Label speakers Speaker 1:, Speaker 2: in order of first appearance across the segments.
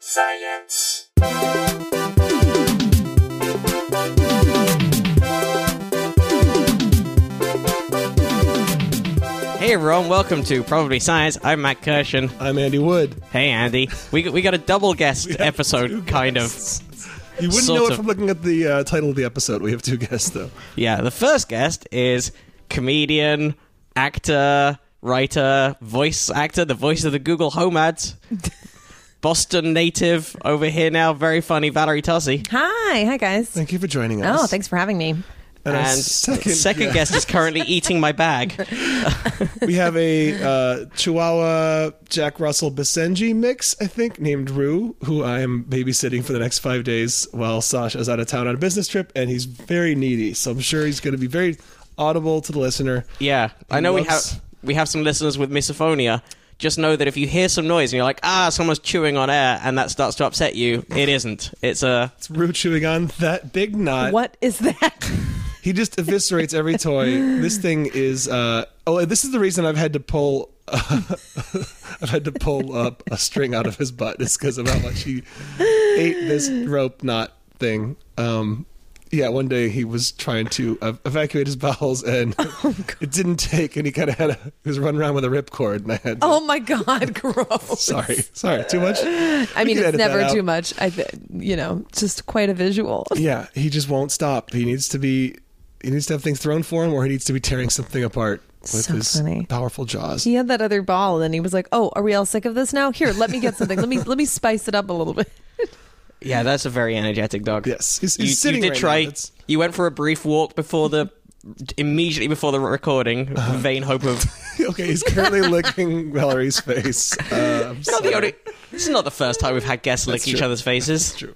Speaker 1: science.
Speaker 2: Hey everyone, welcome to Probably Science. I'm Matt Kirshen.
Speaker 3: I'm Andy Wood.
Speaker 2: Hey Andy, we we got a double guest
Speaker 3: two
Speaker 2: episode, kind of.
Speaker 3: You wouldn't
Speaker 2: Sort
Speaker 3: know it
Speaker 2: of.
Speaker 3: from looking at the uh, title of the episode. We have two guests, though.
Speaker 2: Yeah, the first guest is comedian, actor, writer, voice actor, the voice of the Google Home ads. Boston native over here now, very funny Valerie Tossi.
Speaker 4: Hi, hi guys.
Speaker 3: Thank you for joining us.
Speaker 4: Oh, thanks for having me.
Speaker 3: And, our
Speaker 2: And
Speaker 3: second,
Speaker 2: second guest is currently eating my bag.
Speaker 3: we have a uh, Chihuahua Jack Russell Basenji mix, I think, named Rue, who I am babysitting for the next five days while Sasha's out of town on a business trip, and he's very needy, so I'm sure he's going to be very audible to the listener.
Speaker 2: Yeah, I know we
Speaker 3: loves-
Speaker 2: have we have some listeners with misophonia. Just know that if you hear some noise and you're like, ah, someone's chewing on air, and that starts to upset you, it isn't. It's a
Speaker 3: It's Rue chewing on that big knot.
Speaker 4: What is that?
Speaker 3: He just eviscerates every toy. This thing is. Uh, oh, this is the reason I've had to pull. I've had to pull up a string out of his butt. Is because of how much he ate this rope knot thing. Um, yeah, one day he was trying to ev- evacuate his bowels, and
Speaker 4: Oh,
Speaker 3: it didn't take. And he kind of had a, he was running around with a ripcord, and I had. to-
Speaker 4: Oh my god, gross.
Speaker 3: sorry, sorry, too much.
Speaker 4: I
Speaker 3: can
Speaker 4: mean, it's
Speaker 3: edit that
Speaker 4: never
Speaker 3: out.
Speaker 4: too much. I th- you know, just quite a visual.
Speaker 3: Yeah, he just won't stop. He needs to be. He needs to have things thrown for him, or he needs to be tearing something apart with
Speaker 4: So
Speaker 3: his
Speaker 4: funny.
Speaker 3: powerful jaws.
Speaker 4: He had that other ball and he was like, "Oh, are we all sick of this now? Here, let me get something. Let me let me spice it up a little bit."
Speaker 2: yeah, that's a very energetic dog.
Speaker 3: Yes, he's-
Speaker 2: you,
Speaker 3: he's
Speaker 2: you
Speaker 3: sitting
Speaker 2: did
Speaker 3: right
Speaker 2: try.
Speaker 3: now, that's-
Speaker 2: You went for a brief walk before the immediately before the recording, with
Speaker 3: Uh-huh.
Speaker 2: vain hope of.
Speaker 3: okay, he's currently licking Valerie's face. Uh, I'm
Speaker 2: Not the
Speaker 3: sorry.
Speaker 2: only- This is not the first time we've had guests lick each
Speaker 3: true.
Speaker 2: other's faces.
Speaker 3: True.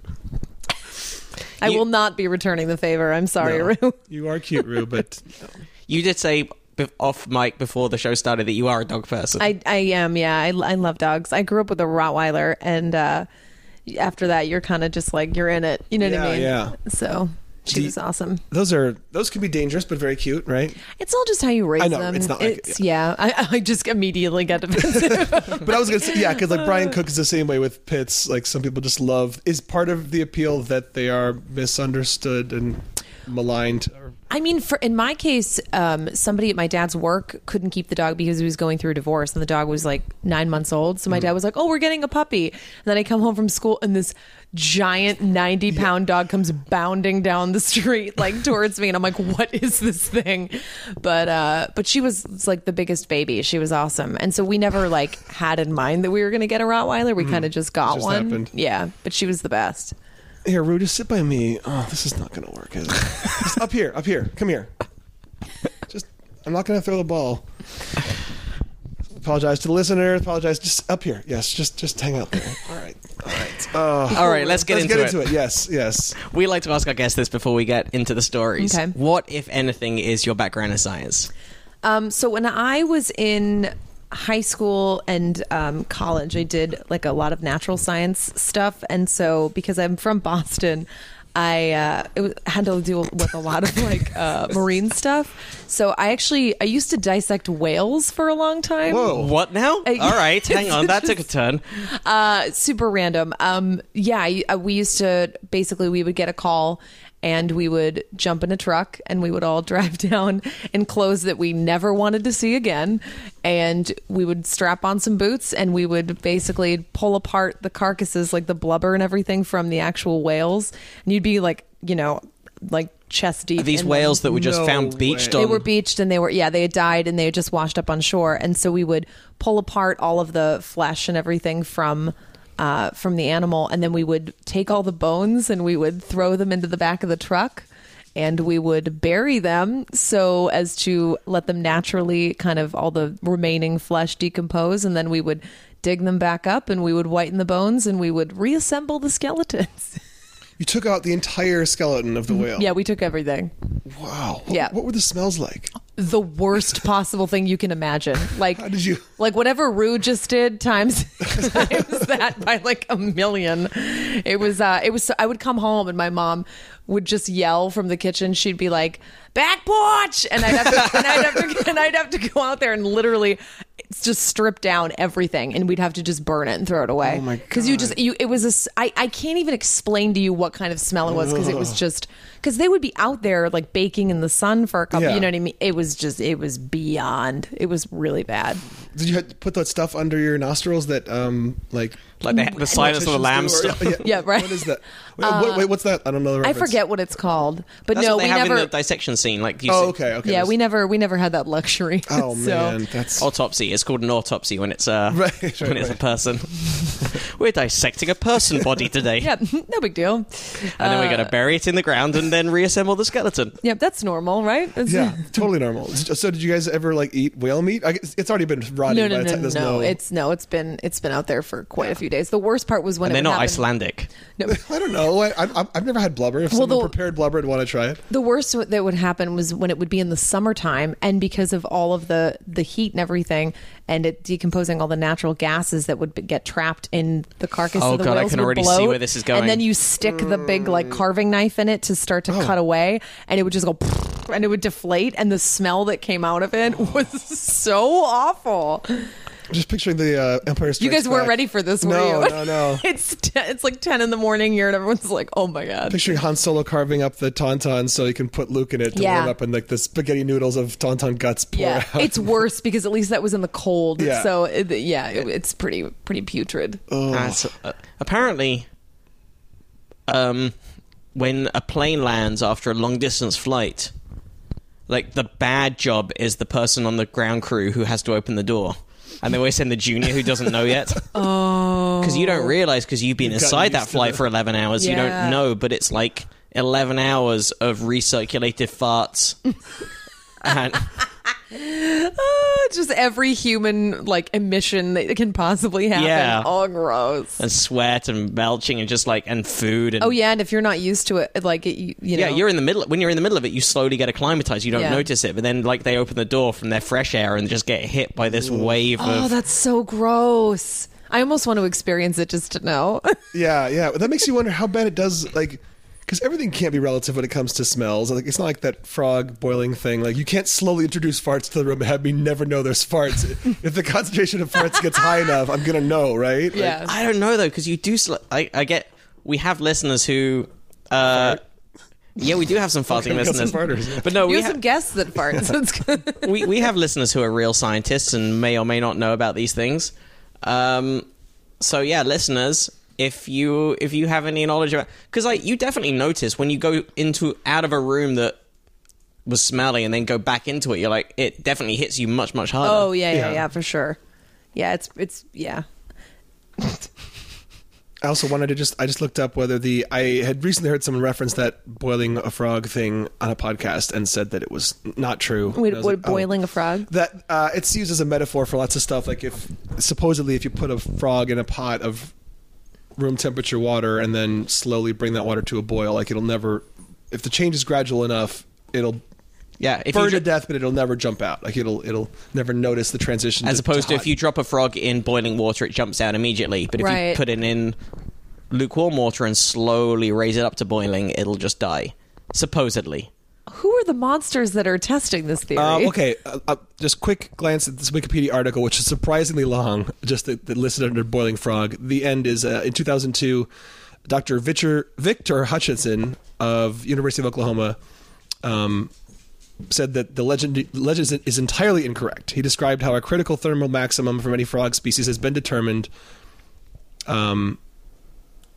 Speaker 4: I
Speaker 2: You-
Speaker 4: will not be returning the favor. I'm sorry,
Speaker 3: No.
Speaker 4: Rue.
Speaker 3: You are cute, Rue, but
Speaker 2: You did say be- off mic before the show started that you are a dog person.
Speaker 4: I I am. Yeah, I I love dogs. I grew up with a Rottweiler and uh after that, you're kind of just like you're in it. You know what
Speaker 3: Yeah,
Speaker 4: I mean?
Speaker 3: yeah.
Speaker 4: So she
Speaker 3: Do you-
Speaker 4: was awesome.
Speaker 3: those are those can be dangerous, but very cute, right?
Speaker 4: It's all just how you raise
Speaker 3: I know,
Speaker 4: them.
Speaker 3: it's not like-
Speaker 4: yeah. I, I just immediately got defensive.
Speaker 3: But I was gonna say, yeah, because like Brian Cook is the same way with pits. Like some people just love is part of the appeal that they are misunderstood and maligned. Or,
Speaker 4: I mean, for in my case, um, somebody at my dad's work couldn't keep the dog because he was going through a divorce, and the dog was like nine months old.
Speaker 3: Mm-hmm.
Speaker 4: So my dad was like, "Oh, we're getting a puppy," and then I come home from school, and this giant ninety pound dog comes bounding down the street like towards me, and I'm like, "What is this thing?" But uh, but she was it's like the biggest baby. She was awesome, and so we never like had in mind that we were going to get a Rottweiler. We kind of just got
Speaker 3: Mm-hmm. just
Speaker 4: one.
Speaker 3: happened.
Speaker 4: Yeah, but she was the best.
Speaker 3: here, Rue, just sit by me. Oh, this is not gonna work. Is it? Just up here, up here, come here. Just, I'm not gonna throw the ball. Apologize to the listener. Apologize. Just up here. Yes. Just, just hang out there. All right. All right. Oh.
Speaker 2: All right, let's get,
Speaker 3: Let's
Speaker 2: into,
Speaker 3: get into
Speaker 2: it.
Speaker 3: it. Yes, yes.
Speaker 2: We like to ask our guests this before we get into the stories.
Speaker 4: Okay.
Speaker 2: What, if anything, is your background in science?
Speaker 4: Um, so when I was in high school and um, college, I did like a lot of natural science stuff, and so because I'm from Boston. I uh, it was, had to deal with a lot of like uh, marine stuff, so I actually I used to dissect whales for a long time.
Speaker 3: Whoa.
Speaker 2: What now?
Speaker 4: Uh,
Speaker 2: All right, hang on, that took a turn.
Speaker 4: Uh, super random. Um, yeah, I, I- we used to basically we would get a call and we would jump in a truck and we would all drive down in clothes that we never wanted to see again, and we would strap on some boots and we would basically pull apart the carcasses like the blubber and everything from the actual whales, and you'd be like, you know, like chest deep.
Speaker 2: These
Speaker 4: in them.
Speaker 2: whales that were just
Speaker 3: No
Speaker 2: found beached
Speaker 3: way.
Speaker 2: on.
Speaker 4: They were beached and they were yeah they had died and they had just washed up on shore and so we would pull apart all of the flesh and everything from uh, from the animal and then we would take all the bones and we would throw them into the back of the truck and we would bury them so as to let them naturally kind of all the remaining flesh decompose and then we would dig them back up and we would whiten the bones and we would reassemble the skeletons
Speaker 3: You took out the entire skeleton of the whale.
Speaker 4: yeah we took everything
Speaker 3: Wow. What,
Speaker 4: Mm-hmm. Yeah.
Speaker 3: What were the smells like?
Speaker 4: the worst possible thing you can imagine. Like
Speaker 3: How did you-
Speaker 4: like whatever Rue just did times times that by like a million. It was uh it was I would come home and my mom would just yell from the kitchen. She'd be like, "Back porch!" and I'd have to and I'd have to and I'd have to go out there and literally it's just strip down everything and we'd have to just burn it and throw it away
Speaker 3: Oh my
Speaker 4: because you just
Speaker 3: God.
Speaker 4: you it was a s- I, I can't even explain to you what kind of smell it was because it was just because they would be out there like baking in the sun for a couple
Speaker 3: Yeah.
Speaker 4: you know what i mean it was just it was beyond it was really bad
Speaker 3: Did you have to put that stuff under your nostrils that, um, like,
Speaker 2: Like the, the silence of the lamb
Speaker 3: politicians do
Speaker 2: stuff.
Speaker 3: or- yeah,
Speaker 4: Yeah, right.
Speaker 3: What is that? Wait, what, wait, what's that? I don't know. The
Speaker 4: i
Speaker 3: reference.
Speaker 4: forget what it's called but
Speaker 2: That's
Speaker 4: no
Speaker 2: what they
Speaker 4: we
Speaker 2: have
Speaker 4: never
Speaker 2: in the dissection scene. Like you
Speaker 3: Oh,
Speaker 2: see-
Speaker 3: okay, okay.
Speaker 4: yeah
Speaker 3: this-
Speaker 4: we never we never had that luxury
Speaker 3: Oh
Speaker 4: So-
Speaker 3: man, that's
Speaker 2: autopsy. It's called an autopsy when it's uh
Speaker 3: Right, right,
Speaker 2: when it's a
Speaker 3: right.
Speaker 2: person. We're dissecting a person body today,
Speaker 4: yeah Uh, no big deal
Speaker 2: and then we're going to bury it in the ground and then reassemble the skeleton.
Speaker 4: yeah that's normal right That's-
Speaker 3: yeah, totally normal. So, did you guys ever like eat whale meat? I guess it's already been rotting. by the
Speaker 4: no, no, no,
Speaker 3: time,
Speaker 4: no,
Speaker 3: there's no,
Speaker 4: It's no, it's been it's been out there for quite a few days. The worst part was when
Speaker 2: And
Speaker 4: it
Speaker 2: they're
Speaker 4: would
Speaker 2: not
Speaker 4: happen-
Speaker 2: Icelandic.
Speaker 3: I don't know. I, I, I've never had blubber. If
Speaker 4: Well,
Speaker 3: someone
Speaker 4: the-
Speaker 3: prepared blubber, I'd want to try it.
Speaker 4: The worst w- that would happen was when it would be in the summertime, and because of all of the the heat and everything, and it decomposing all the natural gases that would be, get trapped in the carcass.
Speaker 2: Oh,
Speaker 4: of the
Speaker 2: God, I
Speaker 4: whales
Speaker 2: can
Speaker 4: would
Speaker 2: already see
Speaker 4: bloat,
Speaker 2: where this is going. Oh.
Speaker 4: And then you stick the big like carving knife in it to start to cut away, and it would just go. And it would deflate, and the smell that came out of
Speaker 2: Oh.
Speaker 4: it was so awful.
Speaker 3: I'm just picturing the uh, Empire Strikes
Speaker 4: You guys weren't
Speaker 3: Back.
Speaker 4: ready for this, were
Speaker 3: no,
Speaker 4: you?
Speaker 3: No, no,
Speaker 4: it's te- it's like ten in the morning here, and everyone's like, "Oh my god!"
Speaker 3: Picturing Han Solo carving up the tauntaun so he can put Luke in it to
Speaker 4: Yeah.
Speaker 3: warm up, and like the spaghetti noodles of tauntaun guts pour
Speaker 4: Yeah,
Speaker 3: out.
Speaker 4: it's worse because at least that was in the cold.
Speaker 3: Yeah. Oh.
Speaker 4: So it, yeah, it, it's pretty pretty putrid.
Speaker 2: Uh, so, uh, apparently, um, when a plane lands after a long distance flight, like the bad job is the person on the ground crew who has to open the door. And they always send the junior who doesn't know yet. oh. Because you don't realize because you've been
Speaker 3: You've gotten
Speaker 2: inside
Speaker 3: used
Speaker 2: that
Speaker 3: to
Speaker 2: flight
Speaker 3: the-
Speaker 2: for 11 hours. You
Speaker 4: Yeah.
Speaker 2: don't know, but it's like 11 hours of recirculated farts. and
Speaker 4: Ah, just every human like emission that can possibly happen.
Speaker 2: Yeah.
Speaker 4: Oh, gross.
Speaker 2: and sweat and belching and just like and food and
Speaker 4: Oh yeah, and if you're not used to it, like it, you, you know,
Speaker 2: Yeah, you're in the middle. When you're in the middle of it, you slowly get acclimatized. You don't
Speaker 4: Yeah.
Speaker 2: notice it, but then like they open the door from their fresh air and just get hit by this wave
Speaker 4: Oh,
Speaker 2: of.
Speaker 4: that's so gross. I almost want to experience it just to know.
Speaker 3: Yeah, yeah. That makes you wonder how bad it does, like, because everything can't be relative when it comes to smells. Like, it's not like that frog boiling thing. Like, you can't slowly introduce farts to the room and have me never know there's farts. if the concentration of farts gets high enough, I'm gonna know, right? Like,
Speaker 4: yeah.
Speaker 2: I don't know though, because you do. Sl- I, I get. We have listeners who. Uh, yeah, we do have some farting
Speaker 3: we got some
Speaker 2: listeners,
Speaker 3: farters, yeah.
Speaker 2: but no,
Speaker 4: you
Speaker 2: we,
Speaker 4: have
Speaker 2: ha-
Speaker 4: some guests that farts. It's good.
Speaker 2: we we have listeners who are real scientists and may or may not know about these things. Um, so yeah, listeners, if you if you have any knowledge about, because like you definitely notice when you go into out of a room that was smelly and then go back into it, you're like it definitely hits you much much harder.
Speaker 4: Oh yeah, yeah,
Speaker 3: Yeah.
Speaker 4: yeah, for sure. Yeah, it's it's yeah.
Speaker 3: I also wanted to just I just looked up whether the I had recently heard someone reference that boiling a frog thing on a podcast and said that it was not true.
Speaker 4: Wait,
Speaker 3: And I was
Speaker 4: what,
Speaker 3: like, oh.
Speaker 4: boiling a frog?
Speaker 3: that uh, it's used as a metaphor for lots of stuff. Like if supposedly if you put a frog in a pot of room temperature water and then slowly bring that water to a boil, like it'll never. If the change is gradual enough, it'll
Speaker 2: yeah. If
Speaker 3: burn
Speaker 2: you,
Speaker 3: to
Speaker 2: dr-
Speaker 3: death, but it'll never jump out. Like it'll it'll never notice the transition.
Speaker 2: as opposed to
Speaker 3: hot.
Speaker 2: if you drop a frog in boiling water, it jumps out immediately. But if you
Speaker 4: Right.
Speaker 2: put it in lukewarm water and slowly raise it up to boiling, it'll just die. Supposedly.
Speaker 4: Who are the monsters that are testing this theory?
Speaker 3: Um, okay, uh, uh, just quick glance at this Wikipedia article, which is surprisingly long. Just that that listed under Boiling Frog. The end is uh, in 2002. Dr. Victor, Victor Hutchinson of University of Oklahoma um, said that the legend legend is entirely incorrect. He described how a critical thermal maximum for many frog species has been determined, um,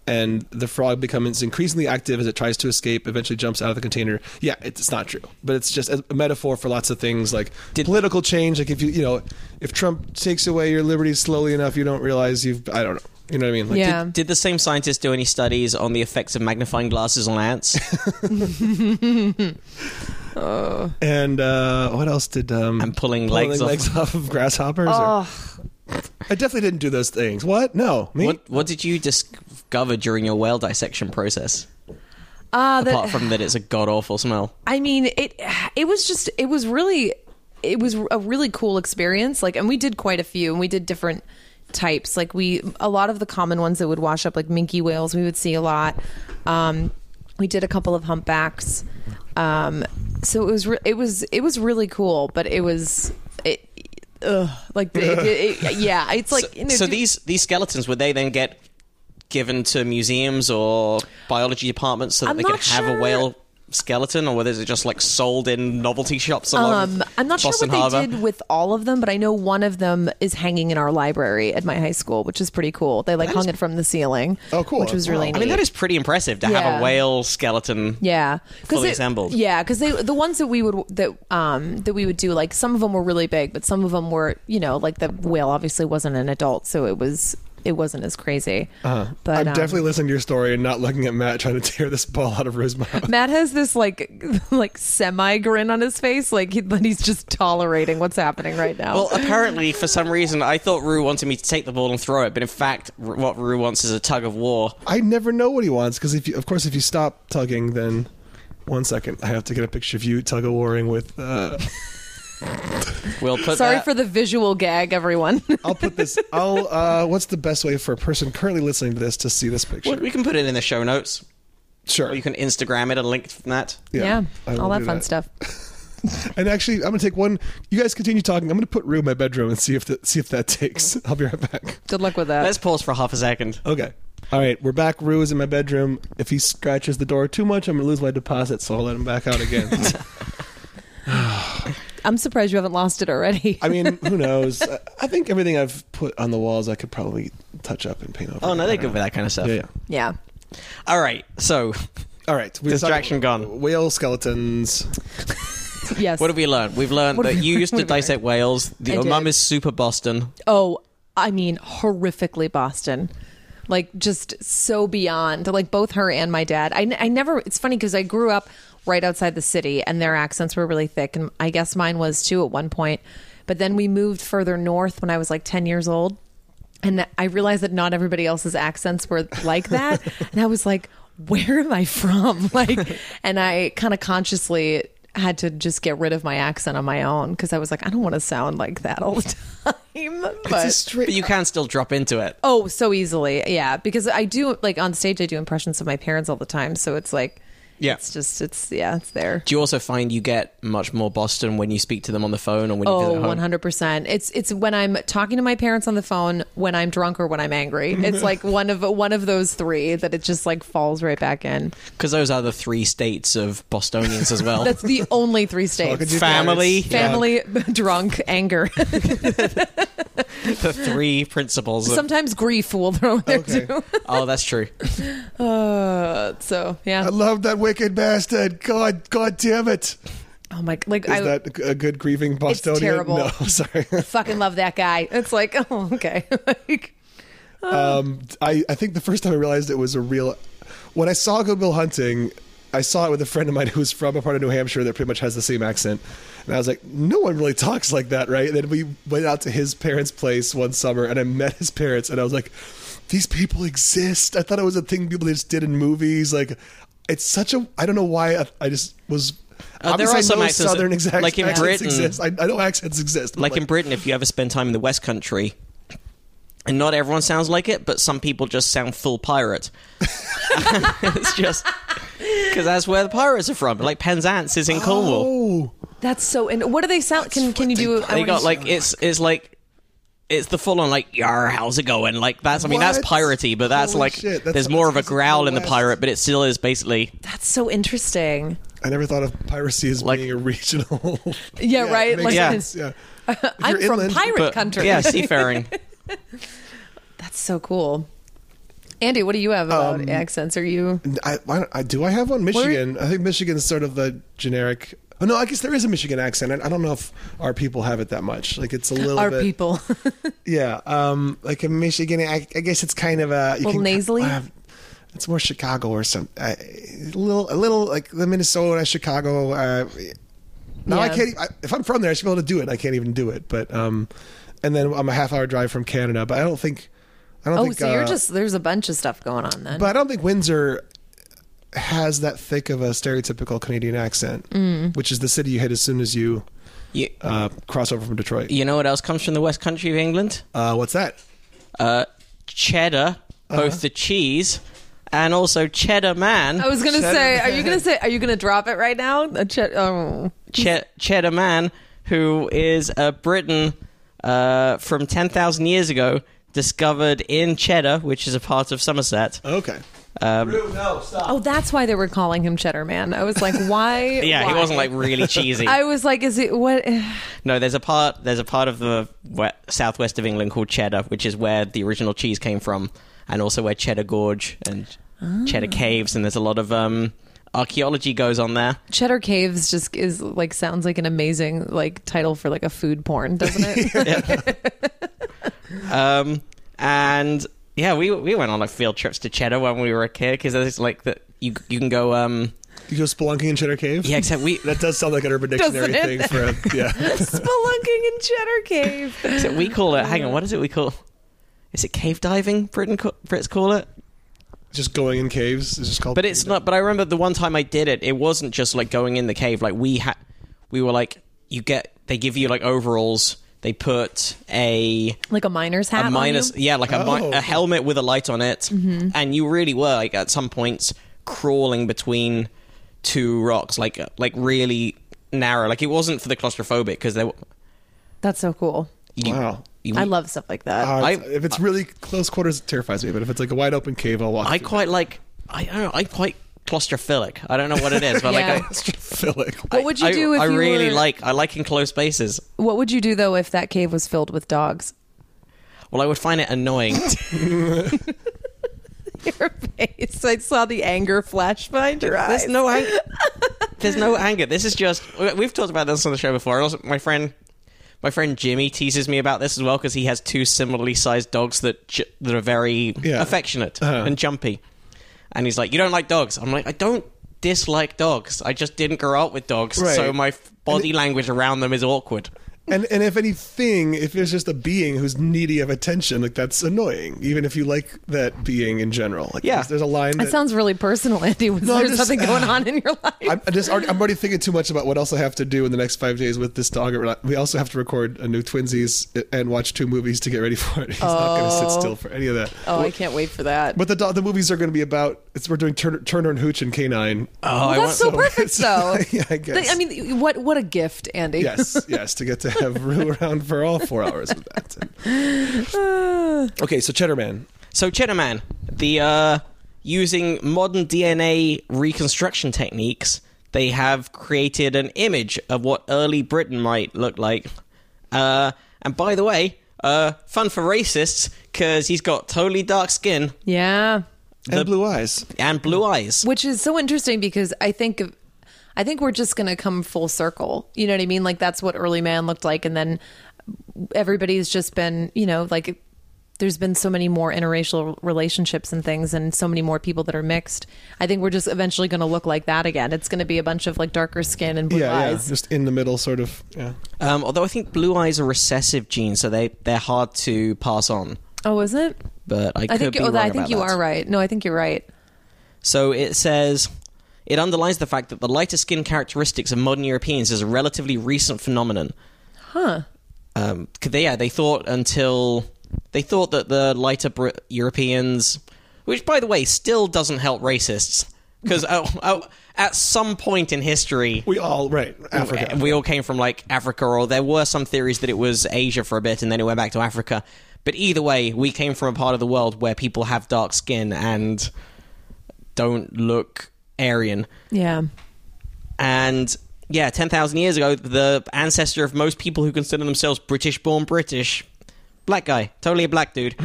Speaker 3: and the frog becomes increasingly active as it tries to escape. Eventually, jumps out of the container. Yeah, it's not true, but it's just a metaphor for lots of things like
Speaker 2: Did-
Speaker 3: political change. Like if you you know if Trump takes away your liberties slowly enough, you don't realize you've I don't know. You know what I mean? Like,
Speaker 4: Yeah.
Speaker 2: Did the same scientists do any studies on the effects of magnifying glasses on ants?
Speaker 3: And uh, what else did um,
Speaker 2: And pulling legs off.
Speaker 3: off of grasshoppers? or- I definitely didn't do those things. What? No, me.
Speaker 2: what What did you discover during your whale dissection process?
Speaker 4: Uh, that-
Speaker 2: Apart from that, it's a god awful smell.
Speaker 4: I mean, it it was just it was really it was a really cool experience. Like, and we did quite a few, and we did different types. Like, we a lot of the common ones that would wash up, like minke whales, we would see a lot. Um, we did a couple of humpbacks. Um, so it was re- it was it was really cool, but it was it ugh, like the- it- it- yeah, it's like you know,
Speaker 2: so
Speaker 4: do-
Speaker 2: these these skeletons would they then get given to museums or biology departments so that
Speaker 4: I'm
Speaker 2: they could
Speaker 4: not
Speaker 2: have
Speaker 4: sure.
Speaker 2: a whale skeleton, or whether is it just like sold in novelty shops along
Speaker 4: Um, I'm not
Speaker 2: Boston
Speaker 4: sure what
Speaker 2: Harbor?
Speaker 4: they did with all of them, but I know one of them is hanging in our library at my high school, which is pretty cool. They like hung it from the ceiling.
Speaker 3: Oh, cool.
Speaker 4: Which was
Speaker 3: Wow.
Speaker 4: really neat.
Speaker 2: I mean, that is pretty impressive to
Speaker 4: Yeah.
Speaker 2: have a whale skeleton.
Speaker 4: yeah,
Speaker 2: Fully
Speaker 4: it-
Speaker 2: assembled.
Speaker 4: Yeah, because they the ones that we would that um that we would do like some of them were really big, but some of them were you know like the whale obviously wasn't an adult, so it was it wasn't as crazy.
Speaker 2: Uh-huh.
Speaker 4: But
Speaker 3: I'm
Speaker 4: um,
Speaker 3: definitely listening to your story and not looking at Matt trying to tear this ball out of his mouth.
Speaker 4: Matt has this like like semi grin on his face, like he, that he's just tolerating what's happening right now.
Speaker 2: Well, apparently, for some reason, I thought Rue wanted me to take the ball and throw it, but in fact, r- what Rue wants is a tug of war.
Speaker 3: I never know what he wants because if you, of course if you stop tugging, then one second I have to get a picture of you tug of warring with. Uh,
Speaker 2: We'll put
Speaker 4: Sorry
Speaker 2: that-
Speaker 4: for the visual gag, everyone.
Speaker 3: I'll put this. I'll. Uh, what's the best way for a person currently listening to this to see this picture?
Speaker 2: Well, we can put it in the show notes,
Speaker 3: sure.
Speaker 2: or you can Instagram it and link from that.
Speaker 4: Yeah,
Speaker 3: I will
Speaker 4: all that
Speaker 3: do
Speaker 4: fun stuff.
Speaker 3: And actually, I'm gonna take one. You guys continue talking. I'm gonna put Rue in my bedroom and see if the, see if that takes. I'll be right back.
Speaker 4: Good luck with that.
Speaker 2: Let's pause for half a second.
Speaker 3: Okay. All right, we're back. Rue is in my bedroom. If he scratches the door too much, I'm gonna lose my deposit, so I'll let him back out again.
Speaker 4: I'm surprised you haven't lost it already.
Speaker 3: I mean, who knows? I I think everything I've put on the walls, I could probably touch up and paint over.
Speaker 2: Oh no, they're
Speaker 3: I don't
Speaker 2: good with that kind of
Speaker 3: know.
Speaker 2: stuff.
Speaker 3: Yeah, yeah.
Speaker 4: yeah.
Speaker 2: All right, so
Speaker 3: All right. we were
Speaker 2: Distraction
Speaker 3: talking-
Speaker 2: gone.
Speaker 3: Whale skeletons.
Speaker 4: Yes.
Speaker 2: What have we learned? We've learned
Speaker 4: What have
Speaker 2: that
Speaker 4: we
Speaker 2: you
Speaker 4: learned?
Speaker 2: used to
Speaker 4: What have we
Speaker 2: dissect whales. that
Speaker 4: I
Speaker 2: Your
Speaker 4: did.
Speaker 2: mum is super Boston.
Speaker 4: oh, I mean, horrifically Boston. Like, just so beyond. Like, both her and my dad. I, I never, it's funny because I grew up right outside the city and their accents were really thick. And I guess mine was too at one point. But then we moved further north when I was like 10 years old. And I realized that not everybody else's accents were like that. and I was like, where am I from? Like, and I kind of consciously had to just get rid of my accent on my own because I was like, I don't want to sound like that all the time. But,
Speaker 2: But you can still drop into it.
Speaker 4: oh, so easily. Yeah. Because I do, like, on stage, I do impressions of my parents all the time. So it's like,
Speaker 2: Yeah.
Speaker 4: it's just, it's, yeah, it's there.
Speaker 2: Do you also find you get much more Boston when you speak to them on the phone or when you
Speaker 4: Oh,
Speaker 2: visit home?
Speaker 4: 100%. It's it's when I'm talking to my parents on the phone, when I'm drunk or when I'm angry. It's like one of one of those three that it just like falls right back in.
Speaker 2: Because those are the three states of Bostonians as well.
Speaker 4: That's the only three
Speaker 3: Talking
Speaker 4: states.
Speaker 3: to your
Speaker 2: Family.
Speaker 3: parents.
Speaker 4: Family, drunk, anger.
Speaker 2: the three principles. Of,
Speaker 4: Sometimes grief will throw in there
Speaker 3: Okay.
Speaker 4: too.
Speaker 2: oh, that's true.
Speaker 4: Uh, so
Speaker 3: I
Speaker 4: yeah.
Speaker 3: love that wicked bastard. God, God damn it.
Speaker 4: Oh my! Like
Speaker 3: Is
Speaker 4: I
Speaker 3: that a good grieving Bostonian?
Speaker 4: terrible.
Speaker 3: No, sorry.
Speaker 4: fucking love that guy. It's like oh okay. like,
Speaker 3: Um, I, I think the first time I realized it was a real. When I saw Good Will Hunting, I saw it with a friend of mine who's from a part of New Hampshire that pretty much has the same accent. And I was like, no one really talks like that, right? And then we went out to his parents' place one summer and I met his parents and I was like, these people exist. I thought it was a thing people just did in movies. Like, it's such a. I don't know why I, I just was.
Speaker 2: Uh, there are
Speaker 3: obviously I
Speaker 2: some
Speaker 3: know
Speaker 2: accents that-
Speaker 3: Southern exact,
Speaker 2: like in
Speaker 3: accents
Speaker 2: Britain.
Speaker 3: exist. I, I know accents exist. but
Speaker 2: Like in Britain, if you ever spend time in the West Country, and not everyone sounds like it, but some people just sound full pirate. it's just because that's where the pirates are from. Like Penzance is in Cornwall.
Speaker 3: Oh,
Speaker 4: that's so. And what do they sound? Can can you do? I
Speaker 2: they
Speaker 4: wanna
Speaker 2: got
Speaker 4: s-
Speaker 2: like it's it's like it's the full on like yar how's it going like that's I mean that's
Speaker 3: What?
Speaker 2: piratey but that's
Speaker 3: Holy
Speaker 2: like
Speaker 3: shit, that's-
Speaker 2: there's more of a
Speaker 3: that's the
Speaker 2: growl in the
Speaker 3: West.
Speaker 2: pirate but it still is basically
Speaker 4: that's so interesting.
Speaker 3: I never thought of piracy as
Speaker 2: Like-
Speaker 3: being a regional.
Speaker 4: Yeah, right?
Speaker 3: it makes
Speaker 4: Like-
Speaker 2: Yeah.
Speaker 3: sense, yeah. If
Speaker 4: I'm
Speaker 3: you're
Speaker 4: from
Speaker 3: inland-
Speaker 4: pirate
Speaker 2: but,
Speaker 4: country.
Speaker 2: yeah seafaring
Speaker 4: that's so cool. Andy, what do you have about
Speaker 3: Um,
Speaker 4: accents? Are you?
Speaker 3: I, I, don't- I- do I have one? Michigan. I think Michigan's sort of the generic. Oh no, I guess there is a Michigan accent. I, I don't know if our people have it that much. Like it's a little
Speaker 4: Our
Speaker 3: bit.
Speaker 4: people.
Speaker 3: Yeah. Um. Like a Michigan. I, I guess it's kind of a you
Speaker 4: Little nasally?
Speaker 3: uh, it's more Chicago or some uh, a little a little like the Minnesota Chicago. Uh, now I
Speaker 4: Yeah.
Speaker 3: can't. e, I, if I'm from there, I should be able to do it. I can't even do it. But um, and then I'm a half hour drive from Canada. But I don't think. I don't
Speaker 4: oh,
Speaker 3: think,
Speaker 4: so you're
Speaker 3: uh,
Speaker 4: just there's a bunch of stuff going on then.
Speaker 3: But I don't think Windsor has that thick of a stereotypical Canadian accent,
Speaker 4: Mm.
Speaker 3: which is the city you hit as soon as you
Speaker 2: you,
Speaker 3: uh, cross over from Detroit.
Speaker 2: you know what else comes from the west country of England
Speaker 3: Uh, what's that?
Speaker 2: uh cheddar both the cheese and also cheddar man
Speaker 4: I was gonna say, are you gonna say, are you gonna drop it right now? A che- oh.
Speaker 2: che- cheddar man who is a Briton uh, from 10,000 years ago discovered in Cheddar, which is a part of Somerset.
Speaker 3: Okay.
Speaker 4: Oh, that's why they were calling him Cheddar Man. I was like, why?
Speaker 2: Yeah, he
Speaker 4: why?
Speaker 2: wasn't like really cheesy.
Speaker 4: I was like, is it what?
Speaker 2: No, there's a part there's a part of the we- southwest of England called Cheddar, which is where the original cheese came from, and also where Cheddar Gorge and Cheddar Caves, and there's a lot of um, archaeology goes on there.
Speaker 4: Cheddar Caves just is like sounds like an amazing like title for like a food porn, doesn't it?
Speaker 2: Um, and yeah, we we went on like field trips to Cheddar when we were a kid because there's like that you you can go um
Speaker 3: You go spelunking in Cheddar Cave?
Speaker 2: yeah except we
Speaker 3: That does sound like an urban dictionary
Speaker 4: Doesn't
Speaker 3: thing
Speaker 4: it?
Speaker 3: for a, yeah.
Speaker 4: Spelunking in Cheddar Cave.
Speaker 2: except we call it hang on what is it we call is it cave diving Britain ca- Brits call it
Speaker 3: just going in caves is just called
Speaker 2: But it's not. But I remember the one time I did it. It wasn't just like going in the cave. Like we had, we were like, you get. They give you like overalls. They put a
Speaker 4: Like a miner's hat.
Speaker 2: a
Speaker 4: on
Speaker 2: minus,
Speaker 4: you?
Speaker 2: yeah, like a, mi-
Speaker 3: Oh.
Speaker 2: a helmet with a light on it,
Speaker 4: Mm-hmm.
Speaker 2: and you really were like at some points crawling between two rocks, like like really narrow. Like it wasn't for the claustrophobic because there. were-
Speaker 4: That's so cool.
Speaker 2: You,
Speaker 3: Wow.
Speaker 2: you-
Speaker 4: I love stuff like that.
Speaker 3: Uh,
Speaker 2: I-
Speaker 3: if it's really close quarters, it terrifies me. But if it's like a wide open cave, I'll walk.
Speaker 2: I
Speaker 3: through.
Speaker 2: quite like. I don't know. I quite claustrophilic. I don't know what it is, but
Speaker 4: Yeah.
Speaker 2: like. I,
Speaker 3: Philic.
Speaker 4: what would you
Speaker 2: I-
Speaker 4: do if
Speaker 2: I
Speaker 4: you
Speaker 2: really
Speaker 4: were-
Speaker 2: like I like enclosed spaces.
Speaker 4: What would you do though if that cave was filled with dogs?
Speaker 2: Well, I would find it annoying.
Speaker 4: Your face. I saw the anger flash behind your eyes.
Speaker 2: There's no anger. There's no anger. This is just we- we've talked about this on the show before. And also, my friend, my friend Jimmy teases me about this as well because he has two similarly sized dogs that j- that are very
Speaker 3: Yeah.
Speaker 2: affectionate
Speaker 3: Uh-huh.
Speaker 2: and jumpy. And he's like, "You don't like dogs." I'm like, "I don't dislike dogs. I just didn't grow up with dogs,
Speaker 3: Right.
Speaker 2: so my f- body language around them is awkward."
Speaker 3: And and if anything, if there's just a being who's needy of attention, like that's annoying. Even if you like that being in general, like
Speaker 2: Yeah.
Speaker 3: there's, there's a line.
Speaker 4: That
Speaker 3: That,
Speaker 4: sounds really personal, Andy. Was
Speaker 3: No, I'm
Speaker 4: there
Speaker 3: just-
Speaker 4: something going on in your life?
Speaker 3: I'm, I just already, I'm already thinking too much about what else I have to do in the next five days with this dog. We also have to record a new twinsies and watch two movies to get ready for it. He's not going to sit still for any of that.
Speaker 4: oh, I can't wait for that.
Speaker 3: But the do- the movies are going to be about. It's we're doing Turner, Turner and Hooch and Canine.
Speaker 2: Oh,
Speaker 4: Well, that's so perfect, though.
Speaker 3: yeah, I
Speaker 4: Th-
Speaker 3: guess.
Speaker 4: I mean, what what a gift, Andy.
Speaker 3: yes, yes, to get to have Rue around for all four hours with that. okay, so Cheddar Man.
Speaker 2: So Cheddar Man, the uh, using modern DNA reconstruction techniques, they have created an image of what early Britain might look like. Uh, and by the way, uh, fun for racists because he's got totally dark skin
Speaker 4: Yeah.
Speaker 3: And blue eyes.
Speaker 2: and blue eyes.
Speaker 4: Which is so interesting because I think I think we're just going to come full circle. You know what I mean? Like that's what early man looked like and then everybody's just been, you know, like there's been so many more interracial relationships and things and so many more people that are mixed. I think we're just eventually going to look like that again. It's going to be a bunch of like darker skin and blue
Speaker 3: yeah,
Speaker 4: eyes.
Speaker 3: yeah, just in the middle, sort of. Yeah.
Speaker 2: Um, although I think blue eyes are recessive genes, so they they're hard to pass on.
Speaker 4: Oh, is it?
Speaker 2: But I,
Speaker 4: I
Speaker 2: could
Speaker 4: think
Speaker 2: be
Speaker 4: oh,
Speaker 2: wrong
Speaker 4: I think
Speaker 2: about
Speaker 4: you
Speaker 2: that.
Speaker 4: are right. No, I think you're right.
Speaker 2: So it says it underlines the fact that the lighter skin characteristics of modern Europeans is a relatively recent phenomenon. Huh. Um, 'cause they, yeah, they thought until they thought that the lighter Brit- Europeans, which by the way still doesn't help racists, because at some point in history.
Speaker 3: We all, right, Africa.
Speaker 2: We all came from like Africa, or there were some theories that it was Asia for a bit and then it went back to Africa. But either way, we came from a part of the world where people have dark skin and don't look Aryan.
Speaker 4: Yeah.
Speaker 2: And yeah, 10,000 years ago, the ancestor of most people who consider themselves British born British, black guy, totally a black dude.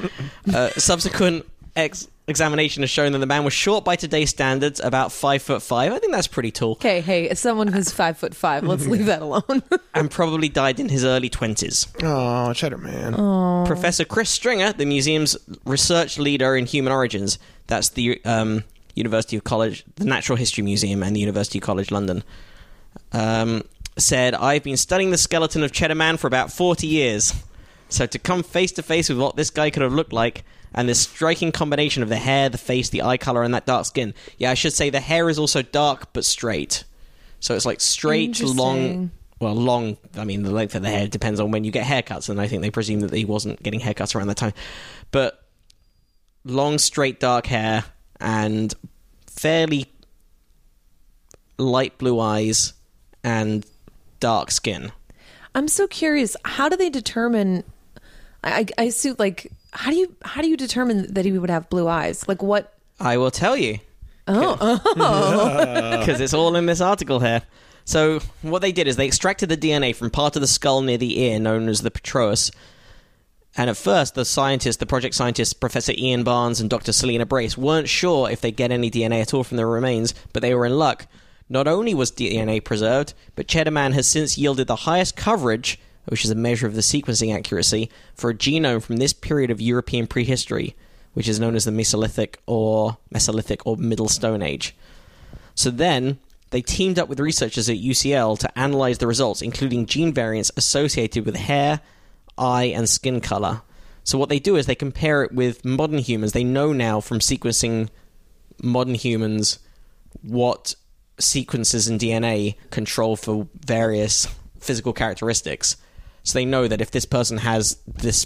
Speaker 2: uh, subsequent ex- examination has shown that the man was short by today's standards, about five foot five. I think that's pretty tall.
Speaker 4: Okay, hey, as someone who's 5 foot 5, let's leave that alone.
Speaker 2: And probably died in his early 20s.
Speaker 3: oh, Cheddar Man.
Speaker 2: Professor Chris Stringer, the museum's research leader in human origins. That's the um, University of College, the Natural History Museum, and the University College London. Um, said, "I've been studying the skeleton of Cheddar Man for about forty years, so to come face to face with what this guy could have looked like." And this striking combination of the hair, the face, the eye color, and that dark skin. Yeah, I should say the hair is also dark but straight. So it's like straight, long,
Speaker 4: Interesting.
Speaker 2: well, long. I mean, the length of the hair depends on when you get haircuts, and I think they presume that he wasn't getting haircuts around that time. But long, straight, dark hair and fairly light blue eyes and dark skin.
Speaker 4: I'm so curious. How do they determine? I, I I assume like how do you how do you determine that he would have blue eyes? Like what?
Speaker 2: I will tell you. Oh. Because it's all in this article here. So, what they did is they extracted the DNA from part of the skull near the ear known as the petroeus. And at first, the scientists, the project scientists, Professor Ian Barnes and Dr. Selena Brace, weren't sure if they'd get any DNA at all from the remains, but they were in luck. Not only was DNA preserved, but Cheddar Man has since yielded the highest coverage, which is a measure of the sequencing accuracy, for a genome from this period of European prehistory, which is known as the Mesolithic or Mesolithic or Middle Stone Age. So then they teamed up with researchers at UCL to analyze the results, including gene variants associated with hair, eye, and skin color. So what they do is they compare it with modern humans. They know now from sequencing modern humans what sequences in DNA control for various physical characteristics. So they know that if this person has this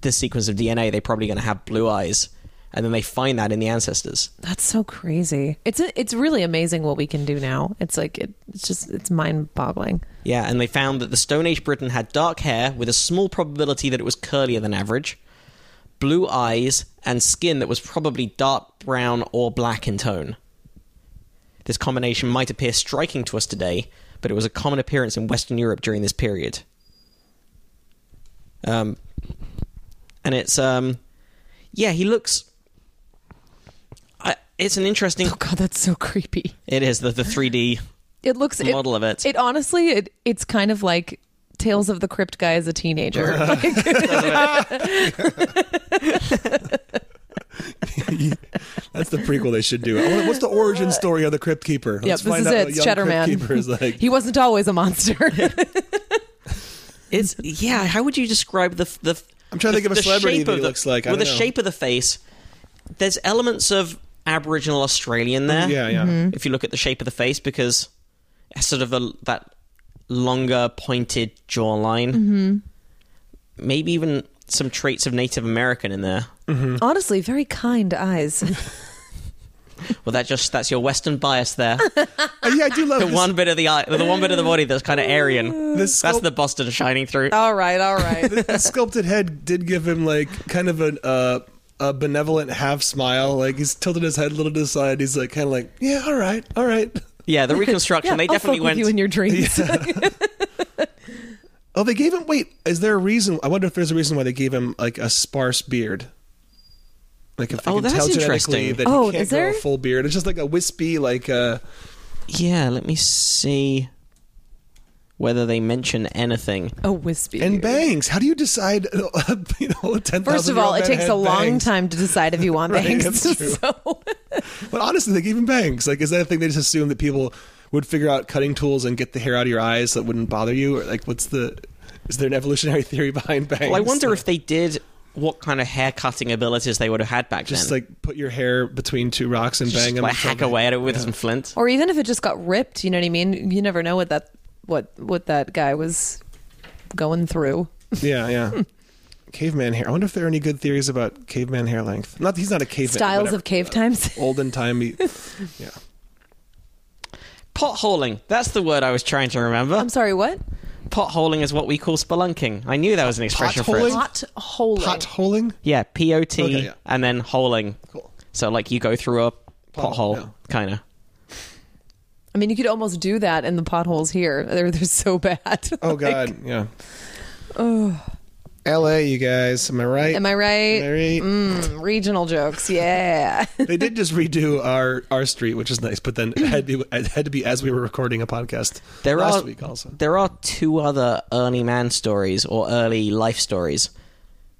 Speaker 2: this sequence of DNA, they're probably going to have blue eyes, and then they find that in the ancestors.
Speaker 4: That's so crazy. It's a, it's really amazing what we can do now. It's like it, it's just it's mind boggling.
Speaker 2: Yeah, and they found that the Stone Age Briton had dark hair with a small probability that it was curlier than average, blue eyes, and skin that was probably dark brown or black in tone. This combination might appear striking to us today, but it was a common appearance in Western Europe during this period. Um, and it's um, yeah, he looks. I, it's an interesting.
Speaker 4: Oh god, that's so creepy.
Speaker 2: It is the the three D
Speaker 4: It looks it-
Speaker 2: model of it.
Speaker 4: It honestly, it, it's kind of like Tales of the Crypt guy as a teenager. Like,
Speaker 3: That's the prequel they should do. I wonder- What's the origin story of the Crypt Keeper?
Speaker 4: yep,
Speaker 3: Let's
Speaker 4: this
Speaker 3: find
Speaker 4: is
Speaker 3: out
Speaker 4: it.
Speaker 3: what
Speaker 4: It's
Speaker 3: young
Speaker 4: Cheddar
Speaker 3: Crypt
Speaker 4: Man.
Speaker 3: Keeper is like.
Speaker 4: He wasn't always a monster.
Speaker 2: It's yeah. How would you describe the the?
Speaker 3: I'm trying to
Speaker 2: the-
Speaker 3: think of a
Speaker 2: the
Speaker 3: celebrity
Speaker 2: shape
Speaker 3: that
Speaker 2: of
Speaker 3: he
Speaker 2: the-
Speaker 3: looks like. I
Speaker 2: Well, the
Speaker 3: don't know.
Speaker 2: shape of the face. There's elements of Aboriginal Australian there.
Speaker 3: yeah, yeah.
Speaker 4: Mm-hmm.
Speaker 2: If you look at the shape of the face, because it's sort of a, that longer pointed jawline. Mm-hmm. Maybe even some traits of Native American in there.
Speaker 4: honestly, very kind eyes.
Speaker 2: Well, that just that's your Western bias there.
Speaker 3: Oh, yeah, I do love
Speaker 2: the
Speaker 3: this-
Speaker 2: one bit of the eye, the one bit of the body that's kind of Aryan.
Speaker 3: This
Speaker 2: that's
Speaker 3: sculpt- Oh.
Speaker 2: the Boston shining through.
Speaker 4: all right, all right.
Speaker 3: the sculpted head did give him like kind of an uh, a benevolent half smile. Like he's tilted his head a little to the side. He's like kind of like, yeah, all right, all right.
Speaker 2: Yeah, the reconstruction.
Speaker 4: Yeah,
Speaker 2: they
Speaker 4: I'll
Speaker 2: definitely
Speaker 4: fuck
Speaker 2: went.
Speaker 4: with you in your dreams.
Speaker 3: Oh, they gave him. Wait, is there a reason? I wonder if there's a reason why they gave him like a sparse beard. Like if they
Speaker 2: Oh,
Speaker 3: can
Speaker 2: that's
Speaker 3: tell genetically
Speaker 2: interesting.
Speaker 3: that
Speaker 4: Oh,
Speaker 3: he can't
Speaker 4: is
Speaker 3: grow
Speaker 4: there?
Speaker 3: a full beard. It's just like a wispy, like uh,
Speaker 2: Yeah, let me see whether they mention anything.
Speaker 4: a wispy.
Speaker 3: and bangs. How do you decide? You know, ten thousand.
Speaker 4: First of all, it takes a long time to decide if you want
Speaker 3: Right,
Speaker 4: bangs.
Speaker 3: that's true.
Speaker 4: So
Speaker 3: But honestly, they gave him bangs. Like, is that a thing they just assume that people would figure out cutting tools and get the hair out of your eyes that wouldn't bother you? Or like, what's the? Is there an evolutionary theory behind bangs?
Speaker 2: Well, I wonder if they did what kind of hair cutting abilities they would have had back
Speaker 3: just
Speaker 2: then.
Speaker 3: like put your hair between two rocks and
Speaker 2: Just,
Speaker 3: bang them.
Speaker 2: like, hack away at it with some flint.
Speaker 4: or even if it just got ripped, you know what I mean? You never know what that what what that guy was going through.
Speaker 3: Yeah, yeah. caveman hair. I wonder if there are any good theories about caveman hair length. Not he's not a caveman.
Speaker 4: Styles
Speaker 3: whatever.
Speaker 4: of cave times.
Speaker 3: Olden timey. yeah.
Speaker 2: Potholing. That's the word I was trying to remember.
Speaker 4: I'm sorry, what?
Speaker 2: Potholing is what we call spelunking. I knew that was an expression for it.
Speaker 3: Potholing?
Speaker 4: Pot holing.
Speaker 3: Potholing.
Speaker 2: Yeah, P O T
Speaker 3: Okay, yeah.
Speaker 2: and then holing.
Speaker 3: Cool.
Speaker 2: So like you go through a pothole,
Speaker 3: yeah.
Speaker 2: kind of.
Speaker 4: I mean, you could almost do that in the potholes here. They're they're so bad.
Speaker 3: Oh
Speaker 4: Like,
Speaker 3: God. yeah. L.A. You guys, am I right?
Speaker 4: Am I right?
Speaker 3: Am I right?
Speaker 4: Mm, regional jokes, yeah.
Speaker 3: they did just redo our our street, which is nice. But then it had to it had to be as we were recording a podcast
Speaker 2: There
Speaker 3: last
Speaker 2: are
Speaker 3: week also.
Speaker 2: there are two other Ernie Man stories or early life stories.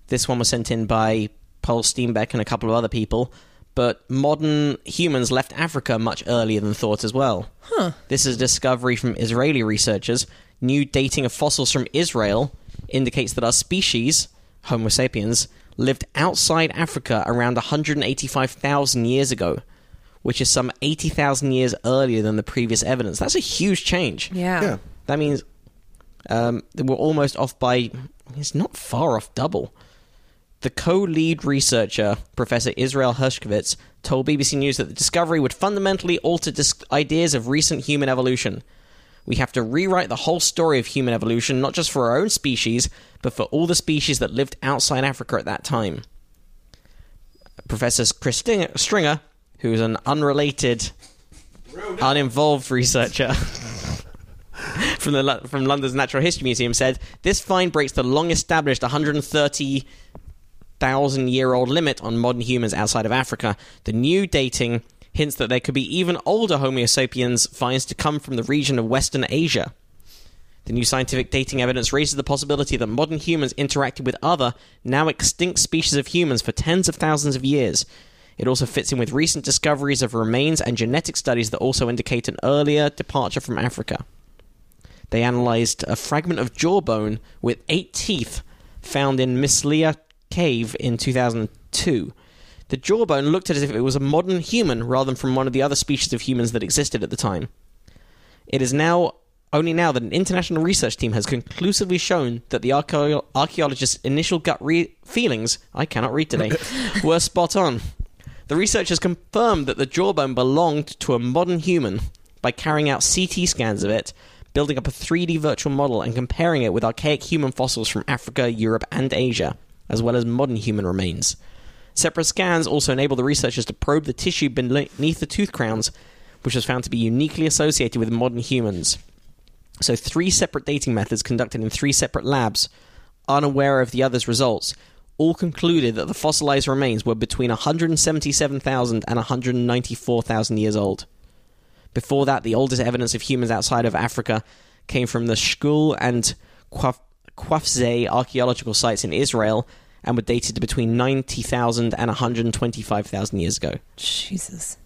Speaker 2: This one was sent in by Paul Steenbeck and a couple of other people, but modern humans left Africa much earlier than thought as well. Huh. This is a discovery from Israeli researchers. New dating of fossils from Israel indicates that our species, Homo sapiens, lived outside Africa around 185,000 years ago, which is some 80,000 years earlier than the previous evidence. That's a huge change.
Speaker 4: Yeah.
Speaker 3: Yeah.
Speaker 2: That means um, that we're almost off by. It's not far off double. The co lead researcher, Professor Israel Hershkovitz, told BBC News that the discovery would fundamentally alter dis- ideas of recent human evolution. We have to rewrite the whole story of human evolution, not just for our own species, but for all the species that lived outside Africa at that time. Professor Chris Sting- Stringer, who is an unrelated, uninvolved researcher from the Lo- from London's Natural History Museum, said this find breaks the long-established 130 thousand year old limit on modern humans outside of Africa, the new dating hints that there could be even older Homo sapiens finds to come from the region of Western Asia. The new scientific dating evidence raises the possibility that modern humans interacted with other, now extinct species of humans for tens of thousands of years. It also fits in with recent discoveries of remains and genetic studies that also indicate an earlier departure from Africa. They analyzed a fragment of jawbone with eight teeth found in Mislia Cave in 2002. The jawbone looked as if it was a modern human rather than from one of the other species of humans that existed at the time. It is now only now that an international research team has conclusively shown that the archeo- archaeologist's initial gut re- feelings I cannot read today were spot on. The researchers confirmed that the jawbone belonged to a modern human by carrying out CT scans of it, building up a 3D virtual model, and comparing it with archaic human fossils from Africa, Europe, and Asia, as well as modern human remains. Separate scans also enable the researchers to probe the tissue beneath the tooth crowns, which was found to be uniquely associated with modern humans. So, three separate dating methods conducted in three separate labs, unaware of the other's results, all concluded that the fossilized remains were between 177,000 and 194,000 years old. Before that, the oldest evidence of humans outside of Africa came from the Shkul and Qaf- Qafze archaeological sites in Israel and were dated to between 90,000 and 125,000 years ago
Speaker 4: Jesus.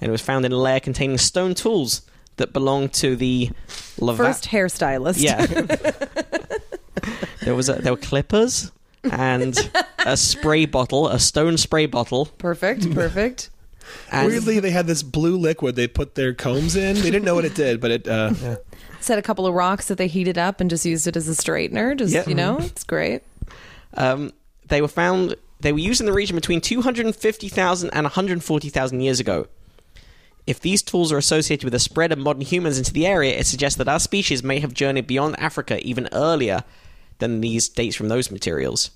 Speaker 2: and it was found in a lair containing stone tools that belonged to the Lava-
Speaker 4: First hairstylist.
Speaker 2: Yeah, there was a, there were clippers and a spray bottle, a stone spray bottle.
Speaker 4: Perfect. Perfect.
Speaker 2: And
Speaker 3: Weirdly, they had this blue liquid they put their combs in. They didn't know what it did, but it. Uh, yeah.
Speaker 4: Set a couple of rocks that they heated up and just used it as a straightener. Just,
Speaker 2: Yeah.
Speaker 4: you know, it's great.
Speaker 2: um, they were found. They were used in the region between 250,000 and 140,000 years ago. If these tools are associated with the spread of modern humans into the area, it suggests that our species may have journeyed beyond Africa even earlier than these dates from those materials.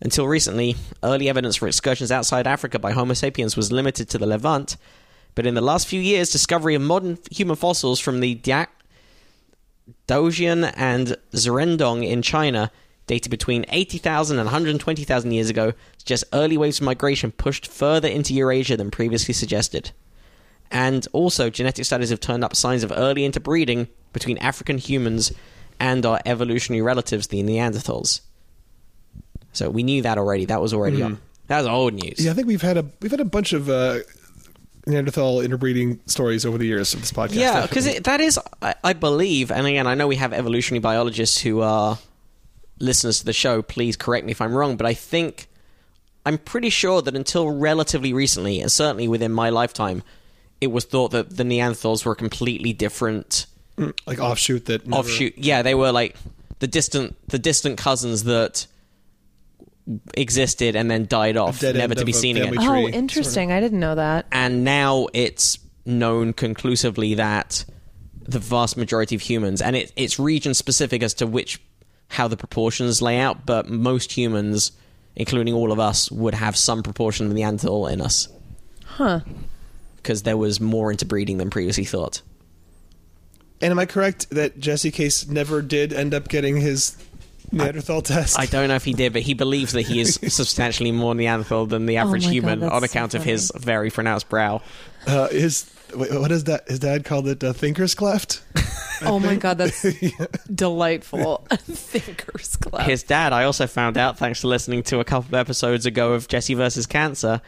Speaker 2: Until recently, early evidence for excursions outside Africa by Homo sapiens was limited to the Levant, but in the last few years, discovery of modern human fossils from the Diak- Daoxian and Zerendong in China, dated between 80,000 and 120,000 years ago, suggest early waves of migration pushed further into Eurasia than previously suggested. And also, genetic studies have turned up signs of early interbreeding between African humans and our evolutionary relatives, the Neanderthals. So we knew that already. That was already that was old news.
Speaker 3: I think we've had a we've had a bunch of uh, Neanderthal interbreeding stories over the years of this podcast.
Speaker 2: Yeah, because that is, I, I believe, and again, I know we have evolutionary biologists who are listeners to the show. Please correct me if I'm wrong, but I think I'm pretty sure that until relatively recently, and certainly within my lifetime, it was thought that the Neanderthals were a completely different
Speaker 3: Mm-hmm. like offshoot that never-
Speaker 2: offshoot. Yeah, they were like the distant, the distant cousins that existed and then died off,
Speaker 3: dead
Speaker 2: never
Speaker 3: end
Speaker 2: to be
Speaker 3: of a
Speaker 2: seen again
Speaker 3: family tree,
Speaker 4: Oh,
Speaker 3: sort of.
Speaker 4: interesting. I didn't know that.
Speaker 2: and now it's known conclusively that the vast majority of humans and it, it's region specific as to which how the proportions lay out but most humans including all of us would have some proportion of neanderthal in us
Speaker 4: Huh.
Speaker 2: because there was more interbreeding than previously thought
Speaker 3: And am I correct that Jesse Case never did end up getting his Neanderthal test?
Speaker 2: i don't know if he did but he believes that he is substantially more neanderthal than the average
Speaker 4: Oh my God,
Speaker 2: human
Speaker 4: that's
Speaker 2: on
Speaker 4: so
Speaker 2: account of his very pronounced brow
Speaker 3: Uh, his wait, what is that? His dad called it uh, thinker's cleft.
Speaker 4: Oh my God, that's delightful. Thinkers Club.
Speaker 2: his dad i also found out thanks to listening to a couple of episodes ago of jesse versus cancer